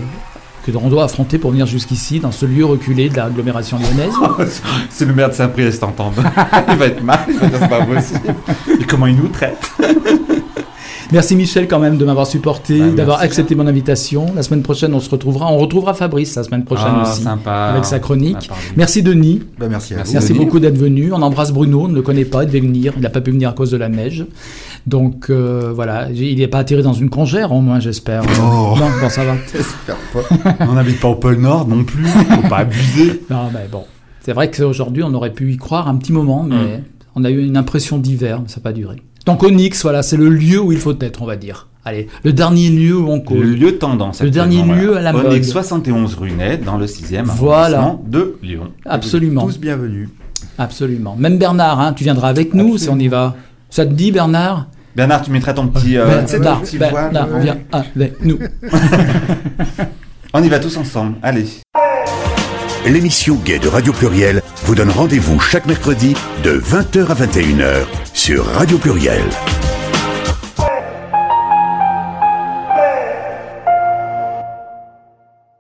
Speaker 2: que l'on doit affronter pour venir jusqu'ici dans ce lieu reculé de l'agglomération lyonnaise.
Speaker 3: C'est le maire de Saint-Priest, t'entends. il va être mal, il va dire c'est pas possible. Et comment il nous traite
Speaker 2: Merci Michel quand même de m'avoir supporté,
Speaker 3: Bah,
Speaker 2: d'avoir
Speaker 3: merci.
Speaker 2: accepté mon invitation. La semaine prochaine, on se retrouvera. On retrouvera Fabrice la semaine prochaine
Speaker 3: Ah,
Speaker 2: aussi
Speaker 3: sympa.
Speaker 2: avec sa chronique.
Speaker 3: Ah, pardon.
Speaker 2: Merci Denis.
Speaker 5: Bah, merci à
Speaker 3: Merci.
Speaker 5: vous.
Speaker 2: Merci
Speaker 3: Denis.
Speaker 2: beaucoup d'être venu. On embrasse Bruno, on ne le connaît pas, il devait venir, il n'a pas pu venir à cause de la neige. Donc euh, voilà, J'ai- il n'est pas atterri dans une congère au moins, j'espère.
Speaker 5: Oh.
Speaker 2: Non, bon, ça va.
Speaker 5: J'espère pas.
Speaker 3: On n'habite pas au pôle Nord non plus, faut pas abuser.
Speaker 2: Non, mais bon. C'est vrai qu'aujourd'hui, on aurait pu y croire un petit moment, mais
Speaker 3: Mm.
Speaker 2: on a eu une impression d'hiver, mais ça n'a pas duré. Donc Onyx, voilà, c'est le lieu où il faut être, on va dire. Allez, le dernier lieu où on
Speaker 3: Le
Speaker 2: cause.
Speaker 3: lieu tendance.
Speaker 2: Le
Speaker 3: actuellement,
Speaker 2: dernier
Speaker 3: voilà.
Speaker 2: lieu à la
Speaker 3: On est
Speaker 2: mode.
Speaker 3: 71 rue Ned, dans le 6e
Speaker 2: Voilà.
Speaker 3: arrondissement de Lyon.
Speaker 2: Absolument,
Speaker 5: Tous bienvenus.
Speaker 2: absolument. Même Bernard, hein, tu viendras avec nous si on y va. Ça te dit, Bernard
Speaker 3: Bernard, tu mettras ton petit. euh,
Speaker 2: Bernard,
Speaker 3: tu sais, ton petit voile,
Speaker 2: Ben,
Speaker 3: euh,
Speaker 2: Bernard, ben,
Speaker 3: ouais.
Speaker 2: viens avec nous.
Speaker 3: On y va tous ensemble. Allez.
Speaker 1: L'émission Gay de Radio Pluriel vous donne rendez-vous chaque mercredi de 20h à 21h sur Radio Pluriel.